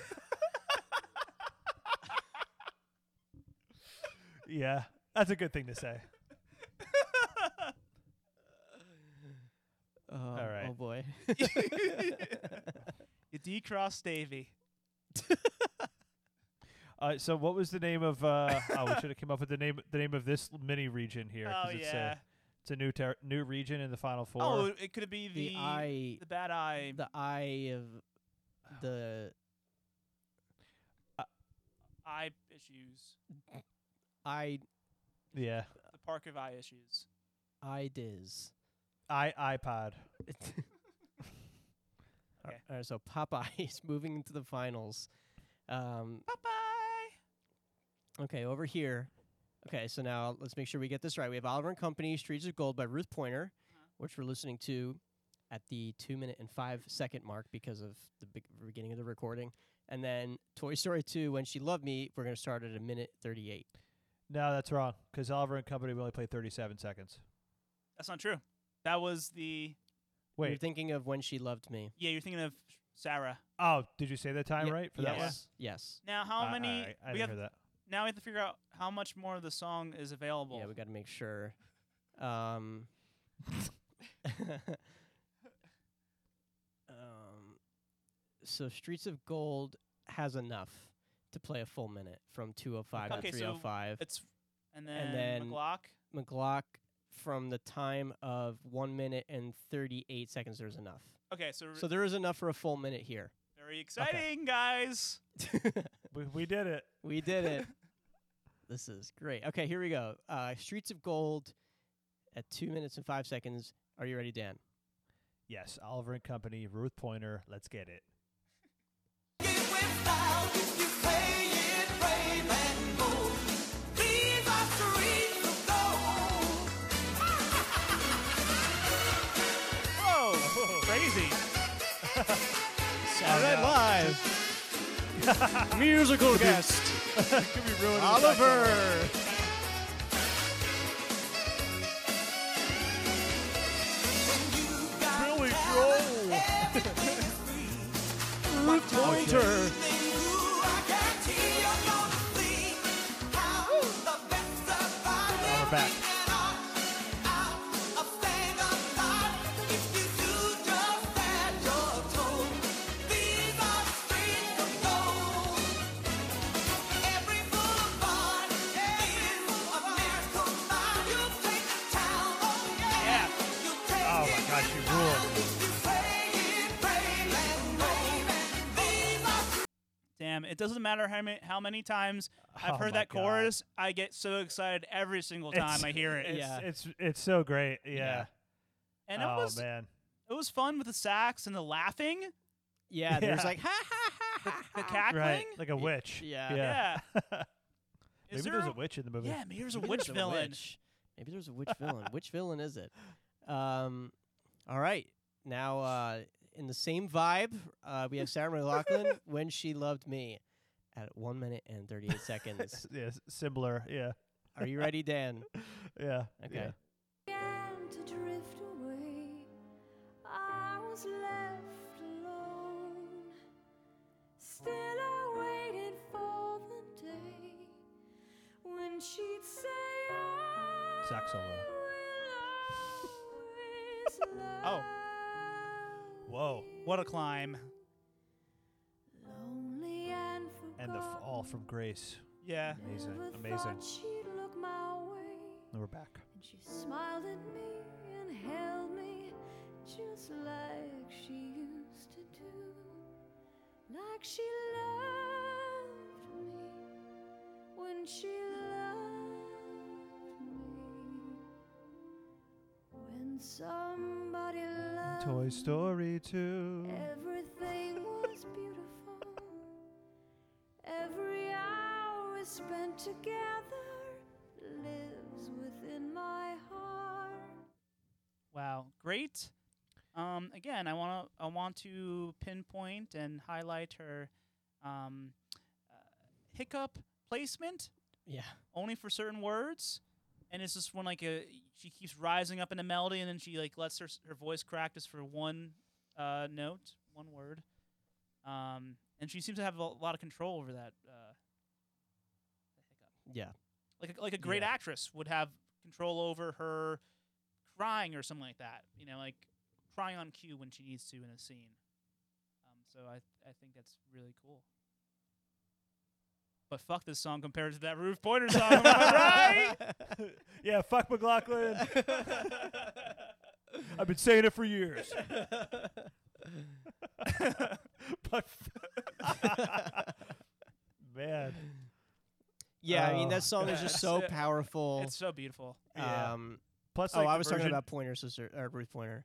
C: yeah, that's a good thing to say.
A: Oh,
C: right.
A: Oh boy.
B: You decross Davy.
C: Uh, so what was the name of? Uh, oh, we should have came up with the name the name of this mini region here. 'cause
B: Oh
C: it's
B: yeah.
C: A, it's a new ter- new region in the final four.
B: Oh, it- it could be
A: the,
B: the
A: eye,
B: the bad eye.
A: the eye of the
B: eye issues,
A: eye
C: yeah.
B: the park of eye issues.
A: eye diz.
C: I iPod.
A: All right, so Popeye (laughs) is moving into the finals. Um,
B: Popeye.
A: okay, over here. Okay, so now let's make sure we get this right. We have Oliver and Company, Streets of Gold by Ruth Pointer, which we're listening to at the two minute and five second mark because of the big beginning of the recording. And then Toy Story 2, When She Loved Me, we're going to start at a minute 38.
C: No, that's wrong. Because Oliver and Company we only played 37 seconds.
B: That's not true. That was the
A: You're
C: Wait.
A: thinking of When She Loved Me.
B: yeah. You're thinking of Sarah.
C: oh, did you say that time
A: Ye-
C: right for that one?
A: yes, Yes.
B: Now how
C: Uh,
B: many?
C: alright, I
B: we
C: didn't
B: have
C: hear that.
B: now we have to figure out how much more of the song is available.
A: Yeah, we got to make sure. Um, (laughs) um, so Streets of Gold has enough to play a full minute from 205
B: Okay,
A: to
B: so
A: 305.
B: it's and then,
A: And then-
B: McLock.
A: McGlock from the time of 1 minute and 38 seconds there's enough.
B: Okay, so,
A: So there is enough for a full minute here. (laughs)
B: very exciting, guys.
C: (laughs) We, we did it.
A: we did
B: (laughs)
A: it. This is great. Okay, here we go. Uh, Streets of Gold at 2 minutes and 5 seconds. Are you ready, Dan?
C: Yes, Oliver and Company, Ruth Pointer. Let's get it.
G: Get with style if you play it
B: (laughs)
A: uh, musical guest.
C: Could be ruining the
A: Oliver.
C: Billy Joel.
G: (laughs)
A: Ruth Pointer.
C: Oh, we're back.
G: Ah,
C: Oh my gosh, you ruled.
B: Damn, it doesn't matter how many, how many times I've
C: Oh
B: heard
C: my
B: that
C: God.
B: chorus. I get so excited every single time
C: It's-
B: I hear it.
C: It's,
A: Yeah.
C: it's it's so great. Yeah.
B: And
C: oh
B: it was
C: man.
B: it was fun with the sax and the laughing,
C: (laughs)
A: Yeah, there's
C: Yeah.
A: like (laughs) ha ha ha ha.
B: the
A: ha.
B: cackling.
C: Right. Like a witch.
A: yeah.
C: Yeah. (laughs)
B: Is
C: Maybe there's
B: there
C: a witch in the movie.
B: Yeah, maybe there's a
C: (laughs)
A: Maybe
B: witch
A: there's
B: villain.
A: witch. Maybe there's a witch villain. Which villain is it? Um, all right. Now, uh, in the same vibe, uh, we have Sarah McLaughlin
C: (laughs)
A: when she loved me at one minute and 38
C: (laughs)
A: seconds.
C: Yeah, s- similar. Yeah.
A: Are you ready, Dan?
C: Yeah.
A: Okay.
C: yeah.
E: began to drift away. I was left alone. Still, I waited for the day when she'd say, I
C: Sax solo. (laughs)
E: will always love
B: Oh. Whoa. What a climb.
E: Lonely and forgotten.
C: And the f- all from Grace.
B: Yeah.
C: Amazing.
E: Never
C: Amazing.
E: thought she'd look my way.
C: And we're back.
E: And she smiled at me and held me just like she used to do. Like she loved me when she loved me. When somebody loved
C: Toy
E: me,
C: Story 2.
E: everything was beautiful. Every hour we spent together lives within my heart.
B: Wow. Great. Um, again, I want to I want to pinpoint and highlight her um, uh, hiccup placement
A: Yeah.
B: only for certain words, and it's just when like a she keeps rising up in a melody, and then she like lets her s- her voice crack just for one uh, note, one word, um, and she seems to have a lot of control over that. Uh,
A: Yeah.
B: like a, like a great
A: Yeah.
B: actress would have control over her crying or something like that. You know, like crying on cue when she needs to in a scene. Um, so I I think that's really cool. But fuck this song compared to that Roof Pointer song,
C: (laughs)
B: am I
C: yeah, fuck McLaughlin. I've been saying it for years. but (laughs) man,
A: Yeah, I mean,
C: Oh, uh,
A: that song is just
B: God.
A: so
C: (laughs)
B: It's-
A: powerful.
B: right? It's so beautiful.
C: yeah.
A: um,
C: plus
A: oh,
C: like,
A: I
C: the
A: was talking
C: version-
A: about Pointer Sister, or Ruth
C: (laughs)
A: Pointer.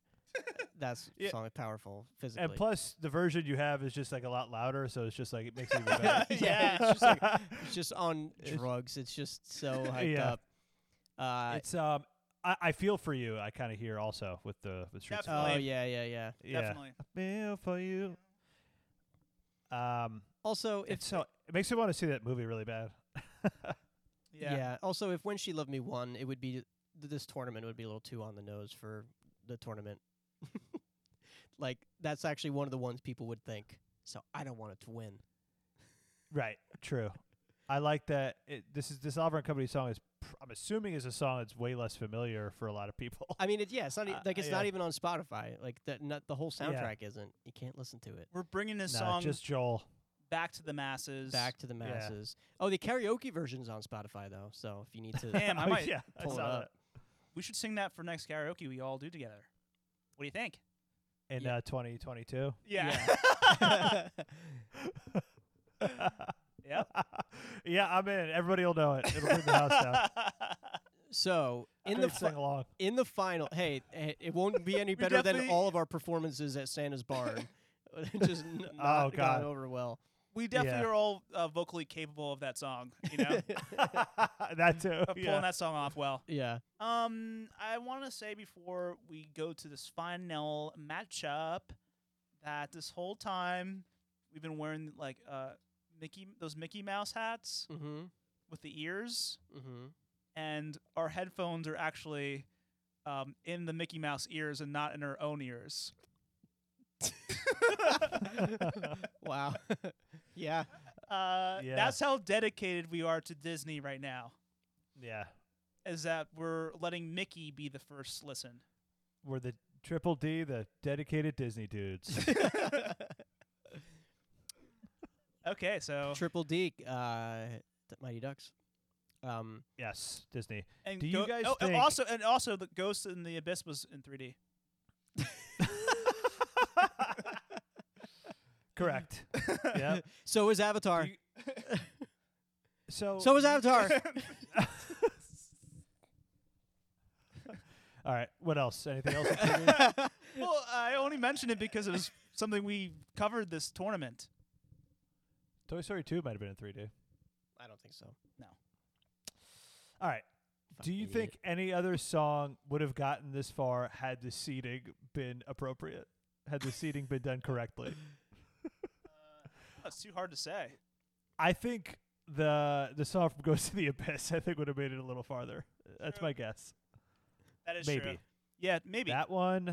A: That's
C: Yeah.
A: song is powerful physically.
C: and plus the version you have is just like a lot louder, so it's just like it makes it even better.
A: (laughs) yeah, it's just like it's just on drugs. It's just so
C: (laughs)
A: hyped
C: Yeah.
A: up. Uh,
C: (laughs) it's um, I, I feel for you. I kind of hear also with the with streets. of
B: Definitely.
A: oh
C: Love.
A: yeah, yeah, yeah.
C: yeah,
B: Definitely.
C: I feel for you. Um,
A: Also, if
C: it's so it makes me want to see that movie really bad.
A: yeah. also if when she loved me won, it would be th- this tournament would be a little too on the nose for the tournament. (laughs) like that's actually one of the ones people would think. So I don't want it to win.
C: Right. True. I like that. It, this is this Oliver and Company song is. pr- I'm assuming is a song that's way less familiar for a lot of people.
A: (laughs) I mean, it, yeah, it's not e
C: Uh,
A: like it's not
C: yeah.
A: even on Spotify. Like that, not the whole soundtrack isn't. You can't listen to it.
B: We're bringing this
C: Nah,
B: song
C: just Joel.
B: back to the masses.
A: Back to the masses. Oh, the karaoke version's on Spotify though. So if you
C: (laughs)
A: need to,
B: Damn, I
C: Oh,
B: might.
C: yeah,
A: (laughs) pull it
C: I saw
A: up.
B: We should sing that for next karaoke we all do together. What do you think?
C: that in
A: Yeah.
C: uh, 2022.
A: Yeah.
C: (laughs)
B: Yep.
C: yeah, I'm in. Everybody will know it. It'll bring the house down.
A: so in the
C: Great
A: fi-
C: sing along. (laughs)
A: in the final, hey, eh, it won't be any
B: We
A: better than
B: definitely-
A: all of our performances at Santa's barn. (laughs) It Just n- not
C: Oh,
A: gone
C: God.
A: over well.
B: (laughs) we definitely
C: Yeah.
B: are all uh, vocally capable of that song. You
C: (laughs)
B: know,
C: that too.
B: of pulling
C: yeah.
B: that song off well.
A: (laughs) Yeah.
B: Um, I want to say before we go to this final matchup that this whole time we've been wearing like uh Mickey those Mickey Mouse hats
A: Mm-hmm.
B: with the ears,
A: Mm-hmm.
B: and our headphones are actually um, in the Mickey Mouse ears and not in our own ears.
A: Wow. (laughs) yeah.
B: Uh,
C: Yeah.
B: That's how dedicated we are to Disney right now.
C: (laughs) yeah,
B: Is that we're letting Mickey be the first listen.
C: we're the Triple D, the dedicated Disney dudes.
B: Okay, so
A: Triple D, uh, the Mighty Ducks. Um,
C: yes, Disney.
B: and
C: Do you
B: go-
C: guys
B: oh, and
C: think-
B: also and also the Ghost in the Abyss was in 3D.
C: (laughs) Correct. yeah.
A: so is Avatar.
C: So
A: so is Avatar.
C: all right. What else? Anything else? in
A: (laughs)
C: 3D?
B: (laughs) well, I only mentioned it because it was something we covered this tournament.
C: Toy Story Two might have been in 3D.
A: I don't think so.
C: All right. Do
A: Fucking
C: you
A: idiot.
C: think any other song would have gotten this far had the seating been appropriate? Had the seating been done correctly?
B: Oh, it's too hard to say.
C: I think the the song from Ghost to the Abyss I think would have made it a little farther. That's
B: True.
C: my guess.
B: That is
C: Maybe.
B: true. Yeah, maybe.
C: That one.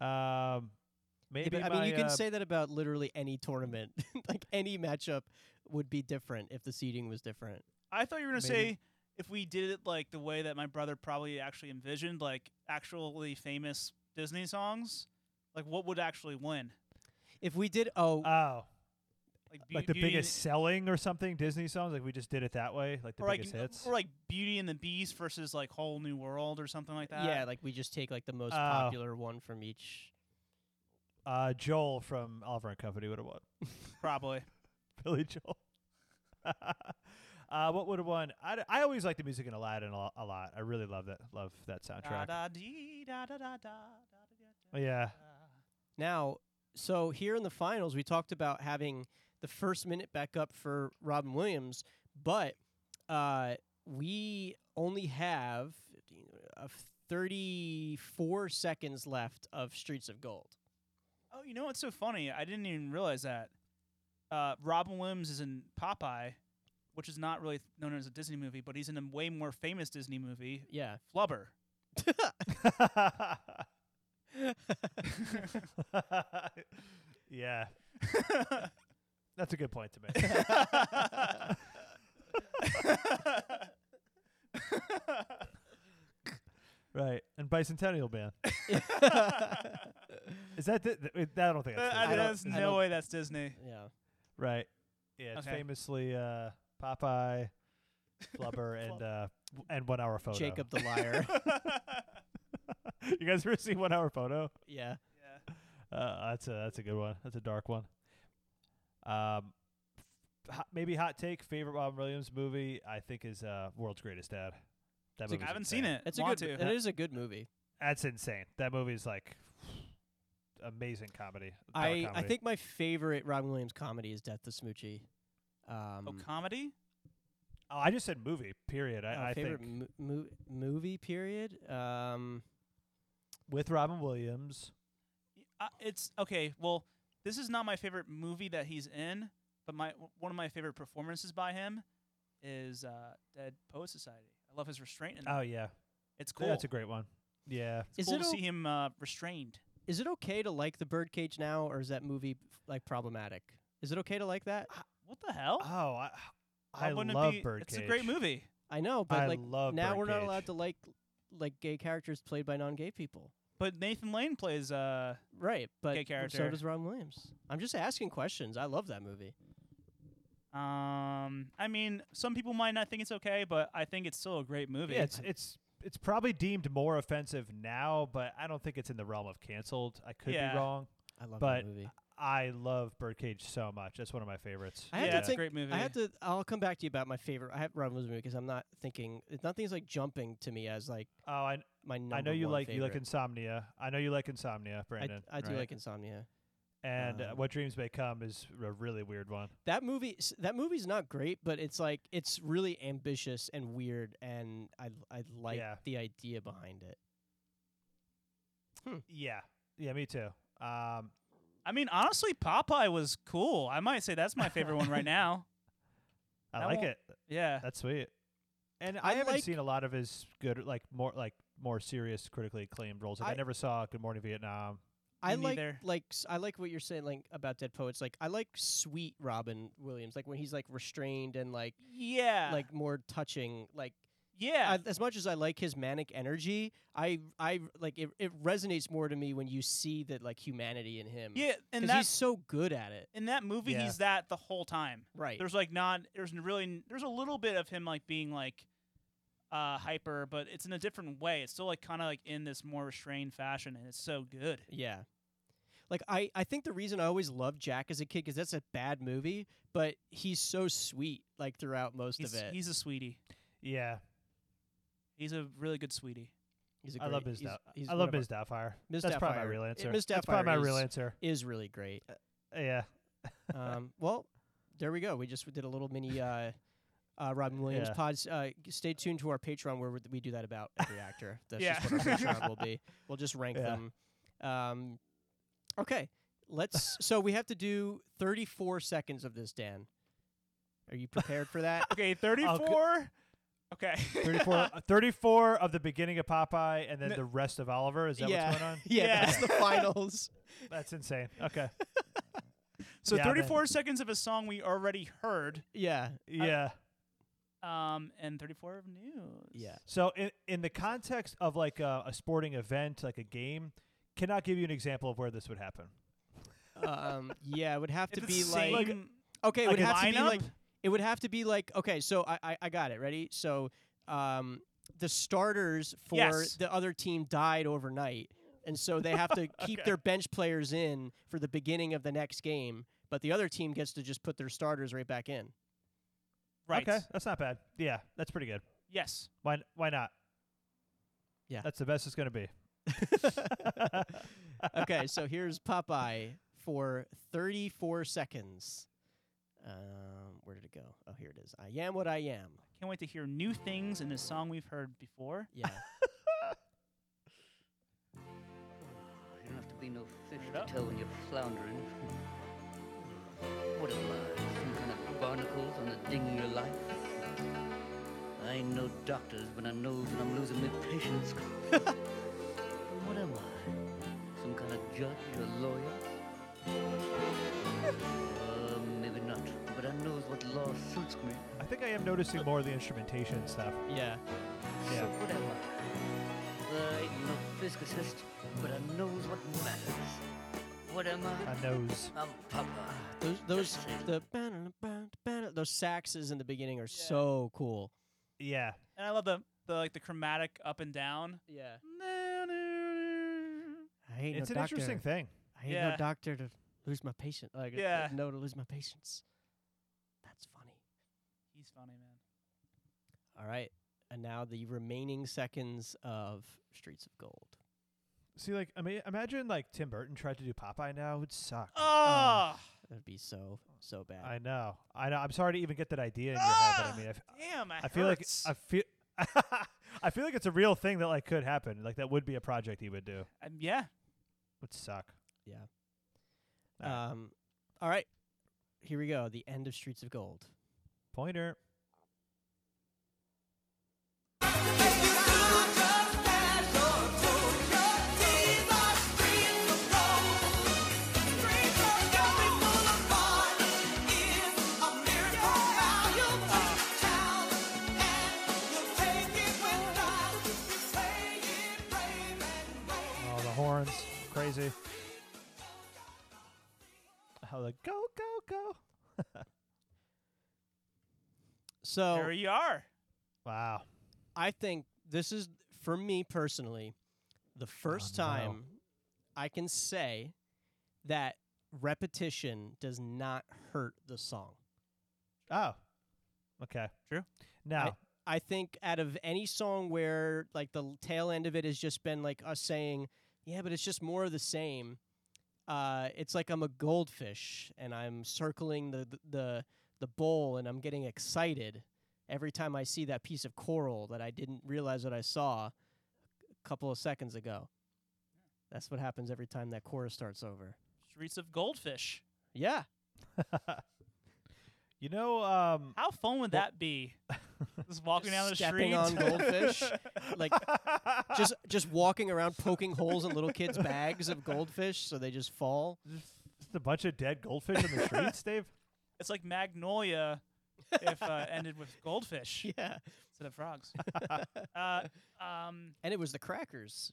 C: Um,
A: Yeah,
C: maybe
A: but, I mean, you
C: my,
A: can
C: uh,
A: say that about literally any tournament. (laughs) like any matchup would be different if the seating was different.
B: I thought you were gonna
C: Maybe.
B: say if we did it like the way that my brother probably actually envisioned, like actually famous Disney songs, like what would actually win?
A: If we did, oh,
C: oh
B: Be-
C: like the
B: Beauty and-
C: biggest selling or something Disney songs. Like we just did it that way, like the
B: or like,
C: biggest
B: n-
C: hits.
B: or like Beauty and the Beast versus like Whole New World or something like that.
A: yeah, like we just take like the most
C: Oh.
A: popular one from each.
C: Uh, Joel from Oliver and Company would have won.
B: probably.
C: Billy Joel. (laughs) uh, what would have won? I, d- I always like the music in Aladdin a lo- a lot. I really love that love (laughs) that
B: Da,
C: soundtrack.
B: da, dee, da, da, da, da, da, da, da,
C: Yeah,
B: da.
A: Now, so here in the finals, we talked about having the first minute back up for Robin Williams, but uh, we only have 15, uh, 34 seconds left of Streets of Gold.
B: Oh, you know what's so funny? I didn't even realize that. Uh, Robin Williams is in Popeye, which is not really known as a Disney movie, but he's in a way more famous Disney movie,
A: Yeah.
B: Flubber.
C: (laughs) yeah. That's a good point to make. (laughs) right, and Bicentennial Band. Is that di- th- wait, Uh, I don't think that's
B: I
A: don't-
C: Disney.
B: there's
A: I
B: no
A: don't-
B: way that's Disney.
A: Yeah.
C: right. Yeah, it's
B: Okay.
C: famously uh, Popeye,
B: (laughs)
C: Flubber, and uh, w- and One Hour Photo.
A: Jacob the Liar.
C: (laughs) you guys ever see One Hour Photo?
A: yeah.
B: Yeah.
C: Uh, that's a that's a good one. That's a dark one. Um, f- hot, maybe hot take favorite Bob Williams movie. I think is uh, World's Greatest Dad. That movie.
B: I haven't seen it.
A: It's a
B: Want
A: good
B: to.
A: it is a good movie.
C: That's insane. That movie's like amazing comedy. dark
A: I, I
C: comedy.
A: think my favorite Robin Williams comedy is Death to Smoochie. Um,
B: Oh, comedy?
C: Oh, I just said movie. Period. I,
A: uh,
C: I
A: favorite
C: think
A: mo- mo- movie period. Um,
C: with Robin Williams.
B: Uh, it's okay. Well, this is not my favorite movie that he's in, but my one of my favorite performances by him is uh, Dead Poet Society. I love his restraint in that.
C: Oh yeah,
B: it's cool.
C: that's a great one. Yeah.
A: Is
B: It's cool
A: it
B: to
A: o-
B: see him uh, restrained.
A: is it okay to like the Birdcage now, or is that movie like problematic? Is it okay to like that?
B: What the hell?
C: Oh, I I,
B: wouldn't it
C: love
B: be-
C: Birdcage.
B: It's a great movie.
A: I know, but
C: I
A: like
C: love
A: now we're not
C: Birdcage.
A: allowed to like like gay characters played by non-gay people.
B: But Nathan Lane plays. Uh,
A: Right, but
B: Gay
A: so
B: character.
A: does Robin Williams. I'm just asking questions. I love that movie.
B: um, I mean, some people might not think it's okay, but I think it's still a great movie.
C: Yeah, it's it's it's probably deemed more offensive now, but I don't think it's in the realm of canceled. I could
B: Yeah.
C: be wrong.
A: I love
C: But
A: that movie.
C: I love Birdcage so much. That's one of my favorites.
A: I had
B: yeah,
A: to
B: it's a
A: think.
B: great movie.
A: I had to. I'll come back to you about my favorite. I have Robin Williams movie because I'm not thinking. It's nothing's like jumping to me as like
C: oh, I
A: my number
C: I know you
A: one
C: like you like
A: favorite.
C: Insomnia. I know you like Insomnia, Brandon.
A: I, I do
C: right?
A: like Insomnia.
C: And uh,
A: um,
C: What Dreams May Come is a really weird one.
A: That movie. s- That movie's not great, but it's like it's really ambitious and weird, and I I like
C: Yeah.
A: the idea behind it.
C: Yeah, yeah, me too. Um,
B: I mean, honestly, Popeye was cool. I might say that's my favorite one
A: (laughs)
B: right now.
C: I
B: That
C: like
B: won't-
C: it.
B: Yeah.
C: That's sweet. And I,
A: I
C: haven't
A: like-
C: seen a lot of his good, like more, like more serious, critically acclaimed roles. Like I,
A: I-
C: never saw Good Morning Vietnam.
A: I
B: Me
A: like
B: neither.
A: like s- I like what you're saying like about Dead Poets. Like I like sweet Robin Williams, like when he's like restrained and like
B: Yeah.
A: like more touching. Like
B: yeah.
A: I, as much as I like his manic energy, I I like it. It resonates more to me when you see that like humanity in him.
B: yeah. And
A: 'Cause
B: that
A: he's so good at it.
B: in that movie,
C: Yeah.
B: he's that the whole time.
A: Right.
B: There's like not. There's n- really. n- There's a little bit of him like being like uh hyper, but it's in a different way. It's still like kind of like in this more restrained fashion, and it's so good.
A: Yeah. Like I, I think the reason I always loved Jack as a kid because that's a bad movie, but he's so sweet like throughout most
B: He's,
A: of it.
B: he's a sweetie.
C: Yeah,
B: He's a really good sweetie.
A: He's a
C: I love
A: great-
C: Ms.
A: he's-
C: Doubtfire.
A: he's
C: I
A: one
C: love
A: of our-
C: Ms. Doubtfire.
A: Ms.
C: That's probably my
A: Doubtfire.
C: real
A: It-
C: answer.
A: Ms.
C: That's probably my
A: Doubtfire
C: real
A: is-
C: answer.
A: Is really
C: (laughs)
A: great.
C: Yeah,
A: Um, well, there we go. We just did a little mini uh, uh, Robin Williams
C: Yeah.
A: pods. Uh, g- stay tuned to our Patreon where we do that about every
C: (laughs)
A: actor. That's
B: Yeah.
A: just what our Patreon will be. We'll just rank
C: Yeah.
A: them. Um, okay, let's. so we have to do 34 seconds of this, Dan. Are you prepared for that?
B: Okay, (laughs) thirty-four. Okay. (laughs)
C: (laughs) 34, uh, 34 of the beginning of Popeye, and then
B: No-
C: the rest of Oliver. Is that
A: yeah.
C: what's (laughs) going on?
A: yeah,
B: Yeah.
A: that's (laughs) the finals.
C: That's insane. Okay.
B: So
C: Yeah, but-
B: 34 seconds of a song we already heard,
A: Yeah,
C: (laughs) Yeah.
B: um, and 34 of news.
A: yeah.
C: So in in the context of like a, a sporting event, like a game, cannot give you an example of where this would happen.
A: Um, yeah, it would have
B: If
A: to
B: it's
A: be
B: same,
A: like okay, it
B: like
A: would
B: a
A: have to be
B: lineup?
A: like it would have to be like okay so i i, I got it ready so um the starters for
B: Yes.
A: the other team died overnight and so they have to
B: (laughs)
A: keep their bench players in for the beginning of the next game but the other team gets to just put their starters right back in
B: right.
C: Okay, that's not bad. Yeah, that's pretty good.
B: Yes.
C: Why n- why not?
A: Yeah.
C: That's the best it's gonna be.
A: okay
B: (laughs)
A: so here's popeye for 34 seconds um where did it go oh here it is i am what i am
B: Can't wait to hear new things in this song we've heard before.
A: yeah
F: You don't have to be no fish
B: Turn it
F: to
B: up.
F: tell when you're floundering. What am I, some kind of barnacles on the dinghy of life? I ain't no doctors, but I know when I'm losing my patience. (laughs) what am I, some kind of judge or lawyer? uh, maybe not, but I knows what law suits me.
C: I think I am noticing more of the instrumentation and stuff.
A: yeah
C: Yeah.
F: So what am I? I ain't no physicist, but I knows what matters. What am I?
C: A nose.
F: I'm Papa.
A: Those those
F: Just saying.
A: the banner, banner, banner, those saxes in the beginning are so cool.
C: Yeah.
B: And I love the, the like the chromatic up and down.
A: Yeah,
B: Yeah.
A: I ain't
C: it's
A: no
C: an
A: doctor.
C: interesting thing.
A: I ain't
B: Yeah.
A: no doctor to lose my patient. Like, uh,
B: Yeah.
A: no to lose my patients. That's funny.
B: He's funny, man.
A: All right, and now the remaining seconds of Streets of Gold.
C: See, like, I mean, imagine like Tim Burton tried to do Popeye now. It would suck.
B: Oh,
A: That'd be so so bad.
C: I know. I know. I'm sorry to even get that idea in your head, but I mean, I, f-
B: damn. That
C: I feel like
B: hurts.
C: I feel. (laughs) I feel like it's a real thing that like could happen. Like that would be a project he would do.
B: Um, yeah.
C: Would suck. all right.
A: um, all right, here we go. The end of Streets of Gold.
C: Pointer. Oh, the horns. Crazy. How the go go go.
A: So
B: There you are.
C: Wow.
A: I think this is for me personally the first
C: no.
A: time I can say that repetition does not hurt the song.
C: Oh. Okay.
B: True.
C: Now,
A: I think out of any song where like the l- tail end of it has just been like us saying, yeah, but it's just more of the same. Uh, it's like I'm a goldfish and I'm circling the, the the the bowl and I'm getting excited every time I see that piece of coral that I didn't realize what I saw a couple of seconds ago. That's what happens every time that chorus starts over.
B: It's Streets of Goldfish.
A: Yeah.
C: (laughs) You
B: (laughs)
C: know, um,
B: How fun would that (laughs) be? Just walking down the
A: Stepping
B: street. (laughs)
A: on goldfish.
C: (laughs)
A: like just just walking around poking holes in little kids' bags of goldfish so they just fall.
C: just a bunch of dead goldfish in the streets, Dave.
B: it's like Magnolia if (laughs) uh, ended with goldfish
A: (laughs) Yeah.
B: instead of (laughs) frogs. uh, um,
A: And it was the crackers.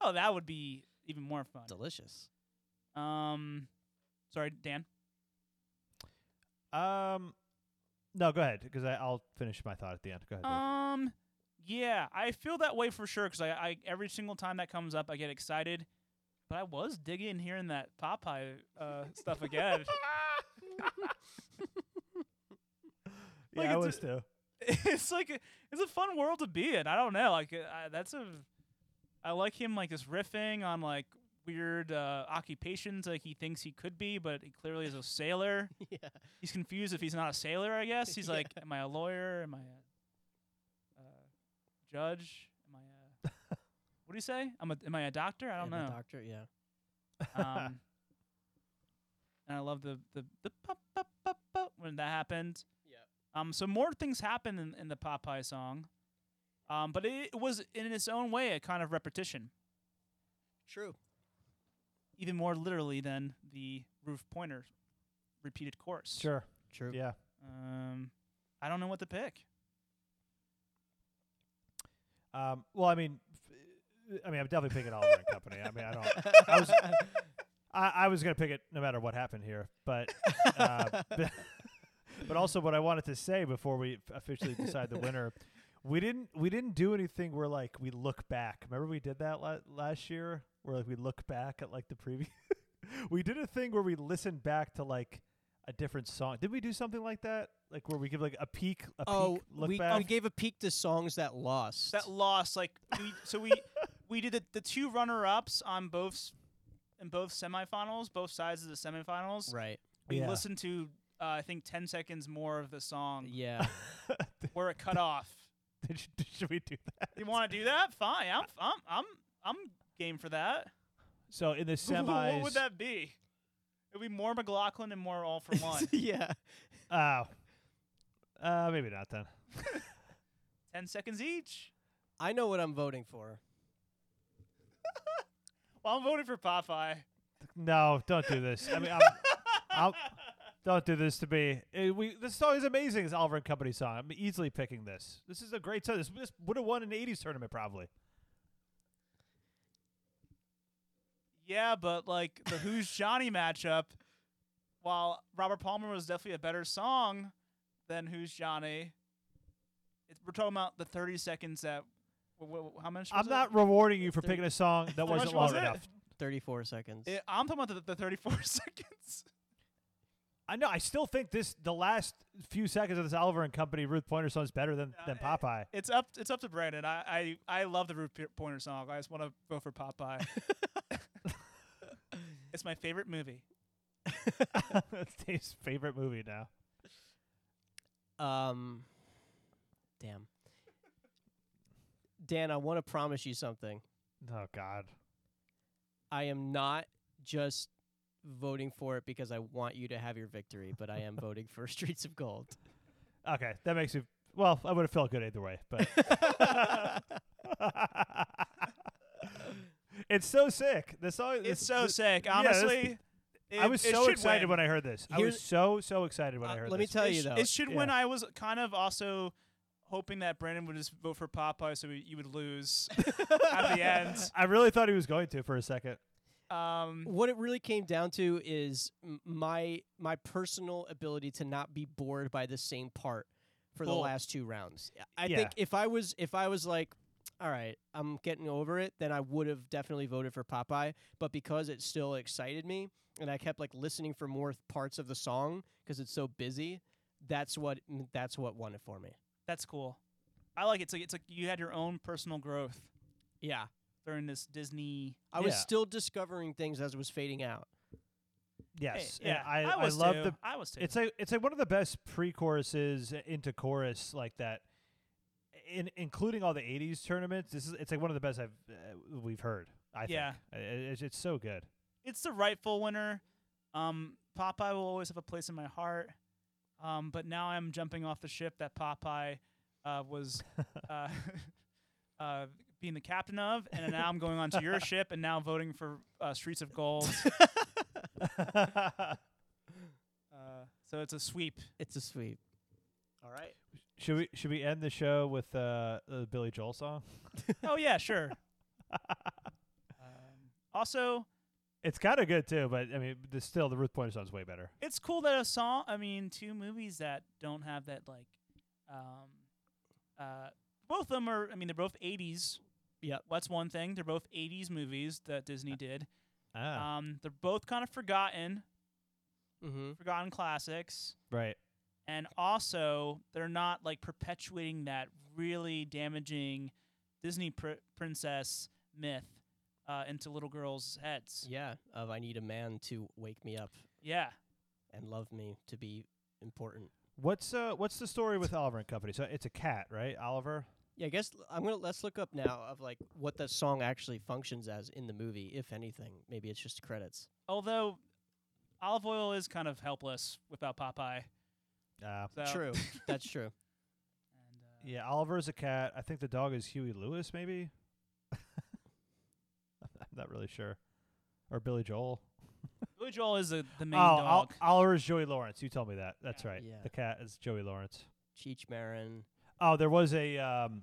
B: oh, that would be even more fun.
A: Delicious.
B: Um, sorry, Dan.
C: Um, no, go ahead because I'll finish my thought at the end. Go ahead. Dave.
B: Um, yeah, I feel that way for sure because I, I every single time that comes up, I get excited. But I was digging hearing that Popeye uh, stuff again. (laughs) like
C: yeah, I
B: it's
C: was
B: a-
C: too.
B: it's like a, it's a fun world to be in. I don't know, like uh, I, that's a I like him like this riffing on like weird uh, occupations like he thinks he could be, but he clearly is a sailor.
A: (laughs) Yeah.
B: He's confused if he's not a sailor. I guess (laughs) he's like, am I a lawyer? Am I a uh, judge? Am I a (laughs) what do you say? I'm a am I a doctor? I don't
A: And the
B: know.
A: Doctor, yeah.
B: (laughs) Um, and I love the the the pop, pop, pop, pop when that happened.
A: Yep.
B: Um. So more things happen in, in the Popeye song, um. But it, it was in its own way a kind of repetition,
A: True.
B: even more literally than the roof pointer repeated chorus.
C: Sure.
A: True.
C: Yeah.
B: Um. I don't know what to pick.
C: Um, well, I mean, f- I mean, I'm definitely picking Oliver and Company. I mean, I
A: (laughs)
C: don't. I was, I, I was gonna pick it no matter what happened here, but, uh, (laughs) but, but also what I wanted to say before we f- officially decide the (laughs) winner, we didn't we didn't do anything where like we look back. Remember we did that la- last year, where like we look back at like the previous. (laughs) we did a thing where we listened back to like. A different song. Did we do something like that? Like where we give like a peek, a
A: Oh,
C: peek look
A: we,
C: back.
A: we gave a peek to songs that lost.
B: That loss, like we, so we we did the, the two runner ups on both s- in both semifinals, both sides of the semifinals.
A: right.
B: we
C: Yeah.
B: listened to uh, I think ten seconds more of the song
A: Yeah.
B: where it cut off.
C: (laughs) Did you- should we do that?
B: You want to do that? Fine. I'm I'm I'm I'm game for that. (laughs)
C: So (laughs) in the semis,
B: what would that be? It would be more McLaughlin and more All for One.
A: (laughs) yeah.
C: Oh, uh, maybe not then.
B: ten seconds each.
A: I know what I'm voting for.
B: Well, I'm voting for Popeye.
C: No, don't do this. I
B: (laughs)
C: mean, I'm, I'm, don't do this to me. Eh, we this song is amazing. It's Oliver and Company song. I'm easily picking this. This is a great song. This, this would have won an '80s tournament probably.
B: Yeah, but like the
C: (laughs)
B: Who's Johnny matchup, while Robert Palmer was definitely a better song than Who's Johnny, it, we're talking about the 30 seconds that. wh- wh- how much?
C: I'm
B: was it?
C: not rewarding you for
A: Thirty-
C: picking a song
B: How
C: that wasn't
B: much was
C: long
B: it?
C: enough.
A: Thirty-four seconds.
B: It, I'm talking about the, the 34 (laughs) seconds.
C: I know. I still think this the last few seconds of this Oliver and Company Ruth Pointer song is better than
B: Uh,
C: than
B: eh, (laughs)
C: Popeye. (laughs)
B: It's up. It's up to Brandon. I I, I love the Root Pe- Pointer song. I just want to vote for
C: (laughs)
B: Popeye. it's my favorite movie.
C: That's Dave's favorite movie now.
A: Um, damn. Dan, I want to promise you something.
C: Oh God.
A: I am not just voting for it because I want you to have your victory, but I am voting for (laughs) Streets of Gold.
C: Okay, that makes me. Well, I would have felt good either way,
B: (laughs)
C: but it's so sick. The song.
B: It's
C: this-
B: so
C: this-
B: sick.
C: yeah, this-
B: Honestly,
C: I was so excited when I heard this. I was
A: Here's-
C: so so excited when I
A: Uh,
C: heard.
A: let me
C: this.
A: tell
B: it
A: you
B: sh- (laughs)
A: though.
B: It should win.
C: Yeah.
B: I was kind of also hoping that Brandon would just vote for Popeye, so you would
C: (laughs)
B: lose at the end.
C: I really thought he was going to for a second.
B: Um,
A: what it really came down to is m- my my personal ability to not be bored by the same part for the
B: Cool.
A: last two rounds. I
C: Yeah.
A: think if I was if I was like, all right, I'm getting over it, then I would have definitely voted for Popeye. But because it still excited me, and I kept like listening for more th- parts of the song because it's so busy, that's what mm, that's what won it for me.
B: that's cool. I like it. It's like it's like you had your own personal growth
A: Yeah,
B: during this Disney.
A: I was
C: Yeah.
A: still discovering things as it was fading out.
C: Yes.
B: Hey, yeah,
C: I,
B: was
C: love
B: too.
C: the.
B: I was too.
C: It's like it's like one of the best pre-choruses into chorus like that. In, including all the '80s tournaments, this is it's like one of the best I've uh, we've heard. I
B: Yeah.
C: think Uh, it's, it's so good. (laughs)
B: it's the rightful winner. Um, Popeye will always have a place in my heart. Um, but now I'm jumping off the ship that Popeye uh, was uh, (laughs) uh, being the captain of, and now I'm going onto your ship and now voting for uh, Streets of Gold. uh, so it's a sweep.
A: It's a sweep. All right.
C: should we should we end the show with uh, the Billy Joel song?
B: Oh yeah, sure. um, also,
C: It's kind of good too, but I mean, the, still the Ruth Pointer song's way better.
B: it's cool that a song. I mean, two movies that don't have that like, um, uh, both of them are. I mean, they're both '80s.
A: Yep. Uh,
B: that's one thing. They're both '80s movies that Disney did.
C: Ah,
B: Um, they're both kind of forgotten,
A: Mm-hmm.
B: forgotten classics,
C: right.
B: and also they're not like perpetuating that really damaging Disney pr- princess myth uh, into little girls' heads.
A: Yeah. Of I need a man to wake me up
B: Yeah.
A: and love me to be important.
C: What's uh what's the story with Oliver and Company? So it's a cat, right? Oliver.
A: Yeah, I guess l- I'm gonna let's look up now of like what that song actually functions as in the movie, if anything. Maybe it's just credits.
B: Although olive oil is kind of helpless without Popeye.
C: Uh,
B: So,
C: (laughs)
A: True, (laughs) that's true.
B: And, uh,
C: yeah, Oliver's a cat. I think the dog is Huey Lewis, maybe. (laughs) I'm not really sure. Or Billy Joel.
B: Billy Joel uh, is the, the
C: oh,
B: main
C: Ol-
B: dog.
C: Oliver is Joey Lawrence. You told me that. That's
B: Yeah.
C: right.
A: Yeah.
C: The cat is Joey Lawrence.
A: Cheech Marin.
C: Oh, there was a um,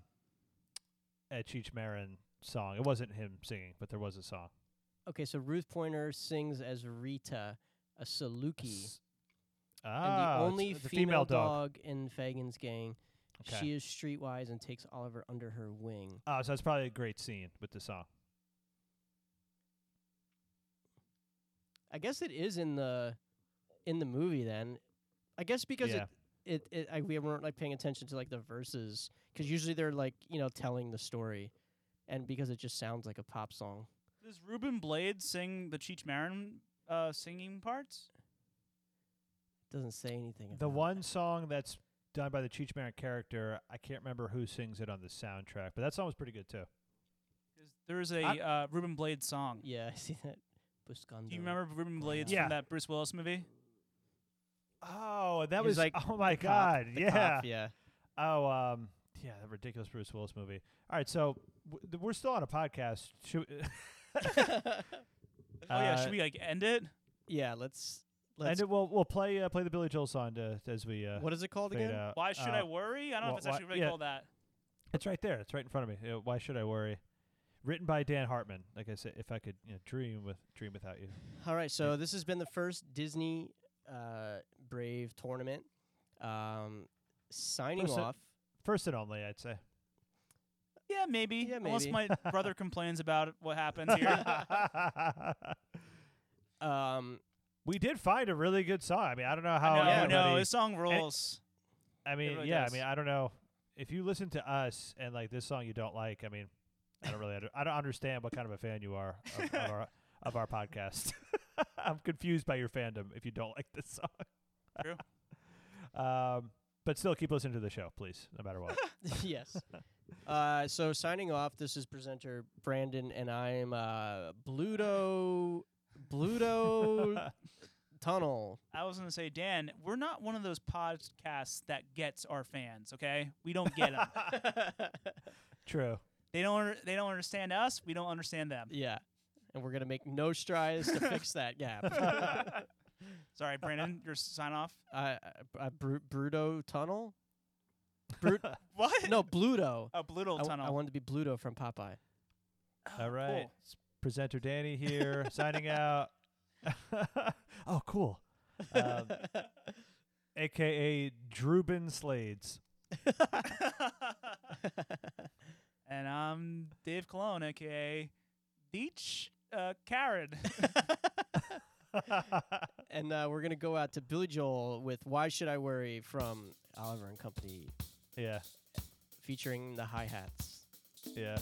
C: a Cheech Marin song. It wasn't him singing, but there was a song.
A: Okay, so Ruth Pointer sings as Rita, a Saluki,
C: S-
A: and
C: Ah,
A: the
C: it's
A: only
C: the
A: female,
C: female dog.
A: dog. in Faggin's gang.
C: Okay.
A: She is streetwise and takes Oliver under her wing.
C: Oh, so that's probably a great scene with the song.
A: I guess it is in the in the movie then. I guess because
C: Yeah.
A: it it, it I, we weren't like paying attention to like the verses because usually they're like you know telling the story, and because it just sounds like a pop song.
B: Does Ruben Blade sing the Cheech Marin uh, singing parts?
A: Doesn't say anything.
C: The
A: about
C: one song that's done by the Cheech Marin character, I can't remember who sings it on the soundtrack, but that song was pretty good too.
B: 'Cause There's a
C: I-
B: uh, Ruben Blade song.
A: it. Yeah, (laughs) I see that. Buscando.
B: Do you remember Ruben Blades
C: Yeah.
B: from that Bruce Willis movie?
C: Oh, that
A: He was, like,
C: oh my
A: The
C: god,
A: cop, the
C: yeah.
A: cop, yeah.
C: Oh, um, yeah, that ridiculous Bruce Willis movie. All right, so w- th- we're still on a podcast. Should (laughs)
B: oh yeah,
C: Uh,
B: should we like end it?
A: (laughs) Yeah, let's.
C: and
A: let's
C: we'll we'll play uh, play the Billy Joel song to, as we uh,
A: what is it called
C: fade
A: again?
C: out.
B: Why should
C: Uh,
B: I worry? I don't know if
C: wha-
B: it's
C: wha-
B: actually really
C: yeah.
B: called that.
C: It's right there. It's right in front of me. Yeah, Why should I worry? Written by Dan Hartman. Like I said, if I could you know, dream with dream without you.
A: All right, so this has been the first Disney uh, Brave tournament. Um, signing
C: First, uh,
A: off.
C: First and only, I'd say.
B: Yeah, maybe.
A: Yeah,
B: Unless
A: maybe.
B: my
C: (laughs)
B: brother complains about what happened here.
A: Um,
C: we did find a really good song. I mean, I don't know how.
B: no, no,
C: everybody-
B: this song rules.
C: I mean,
B: really
C: yeah.
B: does.
C: I mean, I don't know if you listen to us and like this song you don't like. I mean, I don't really. Under, I don't understand what kind of a fan you are of, of our of our podcast. (laughs) I'm confused by your fandom if you don't like this song.
B: True.
C: (laughs) um, but still, keep listening to the show, please, no matter what.
A: (laughs) yes. Uh, so signing off. This is presenter Brandon, and I am uh, Bluto.
C: (laughs)
B: (laughs)
A: Bluto Tunnel.
B: I was gonna say, Dan, we're not one of those podcasts that gets our fans. Okay, we don't get them.
C: (laughs) True. (laughs)
B: they don't. under- They don't understand us. We don't understand them.
A: Yeah. And we're going to make no strides to
B: (laughs)
A: fix that gap.
B: Sorry, Brandon, your sign off.
A: I, I, I Bru- Bruto Tunnel? Brut
B: What?
A: no, Bluto.
B: A blue
A: I,
B: tunnel.
A: I wanted to be Bluto from Popeye.
C: All right.
B: cool.
C: It's Presenter Danny here, signing out. (laughs) oh, cool. Um,
B: (laughs)
C: AKA Drubin (laughs) Slades.
B: and I'm Dave Cologne, aka Beach uh, Karen.
A: (laughs) and uh, we're going to go out to Billy Joel with Why Should I Worry from Oliver and Company
C: yeah.
A: featuring the hi hats.
C: Yeah.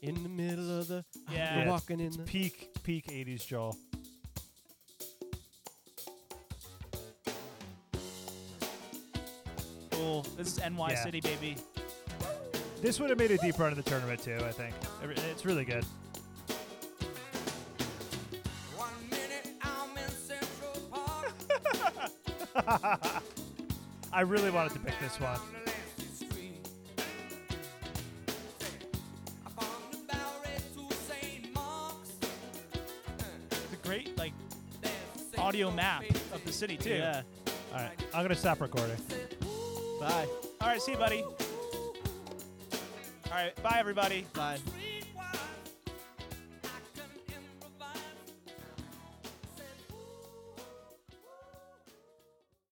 A: In the middle of the.
B: Yeah.
A: You're
C: Yeah.
A: walking in the.
C: Peak, peak 80s, Joel.
B: cool. This is NY
C: Yeah.
B: City, baby.
C: This would have made a deep run in the tournament, too, I think. It- It's really good. (laughs) I really wanted to pick this one.
B: It's a great like audio map of the city too.
C: Yeah. All right, I'm gonna stop recording.
B: Bye. All right. See you, buddy. All right. Bye, everybody.
A: Bye.
D: Free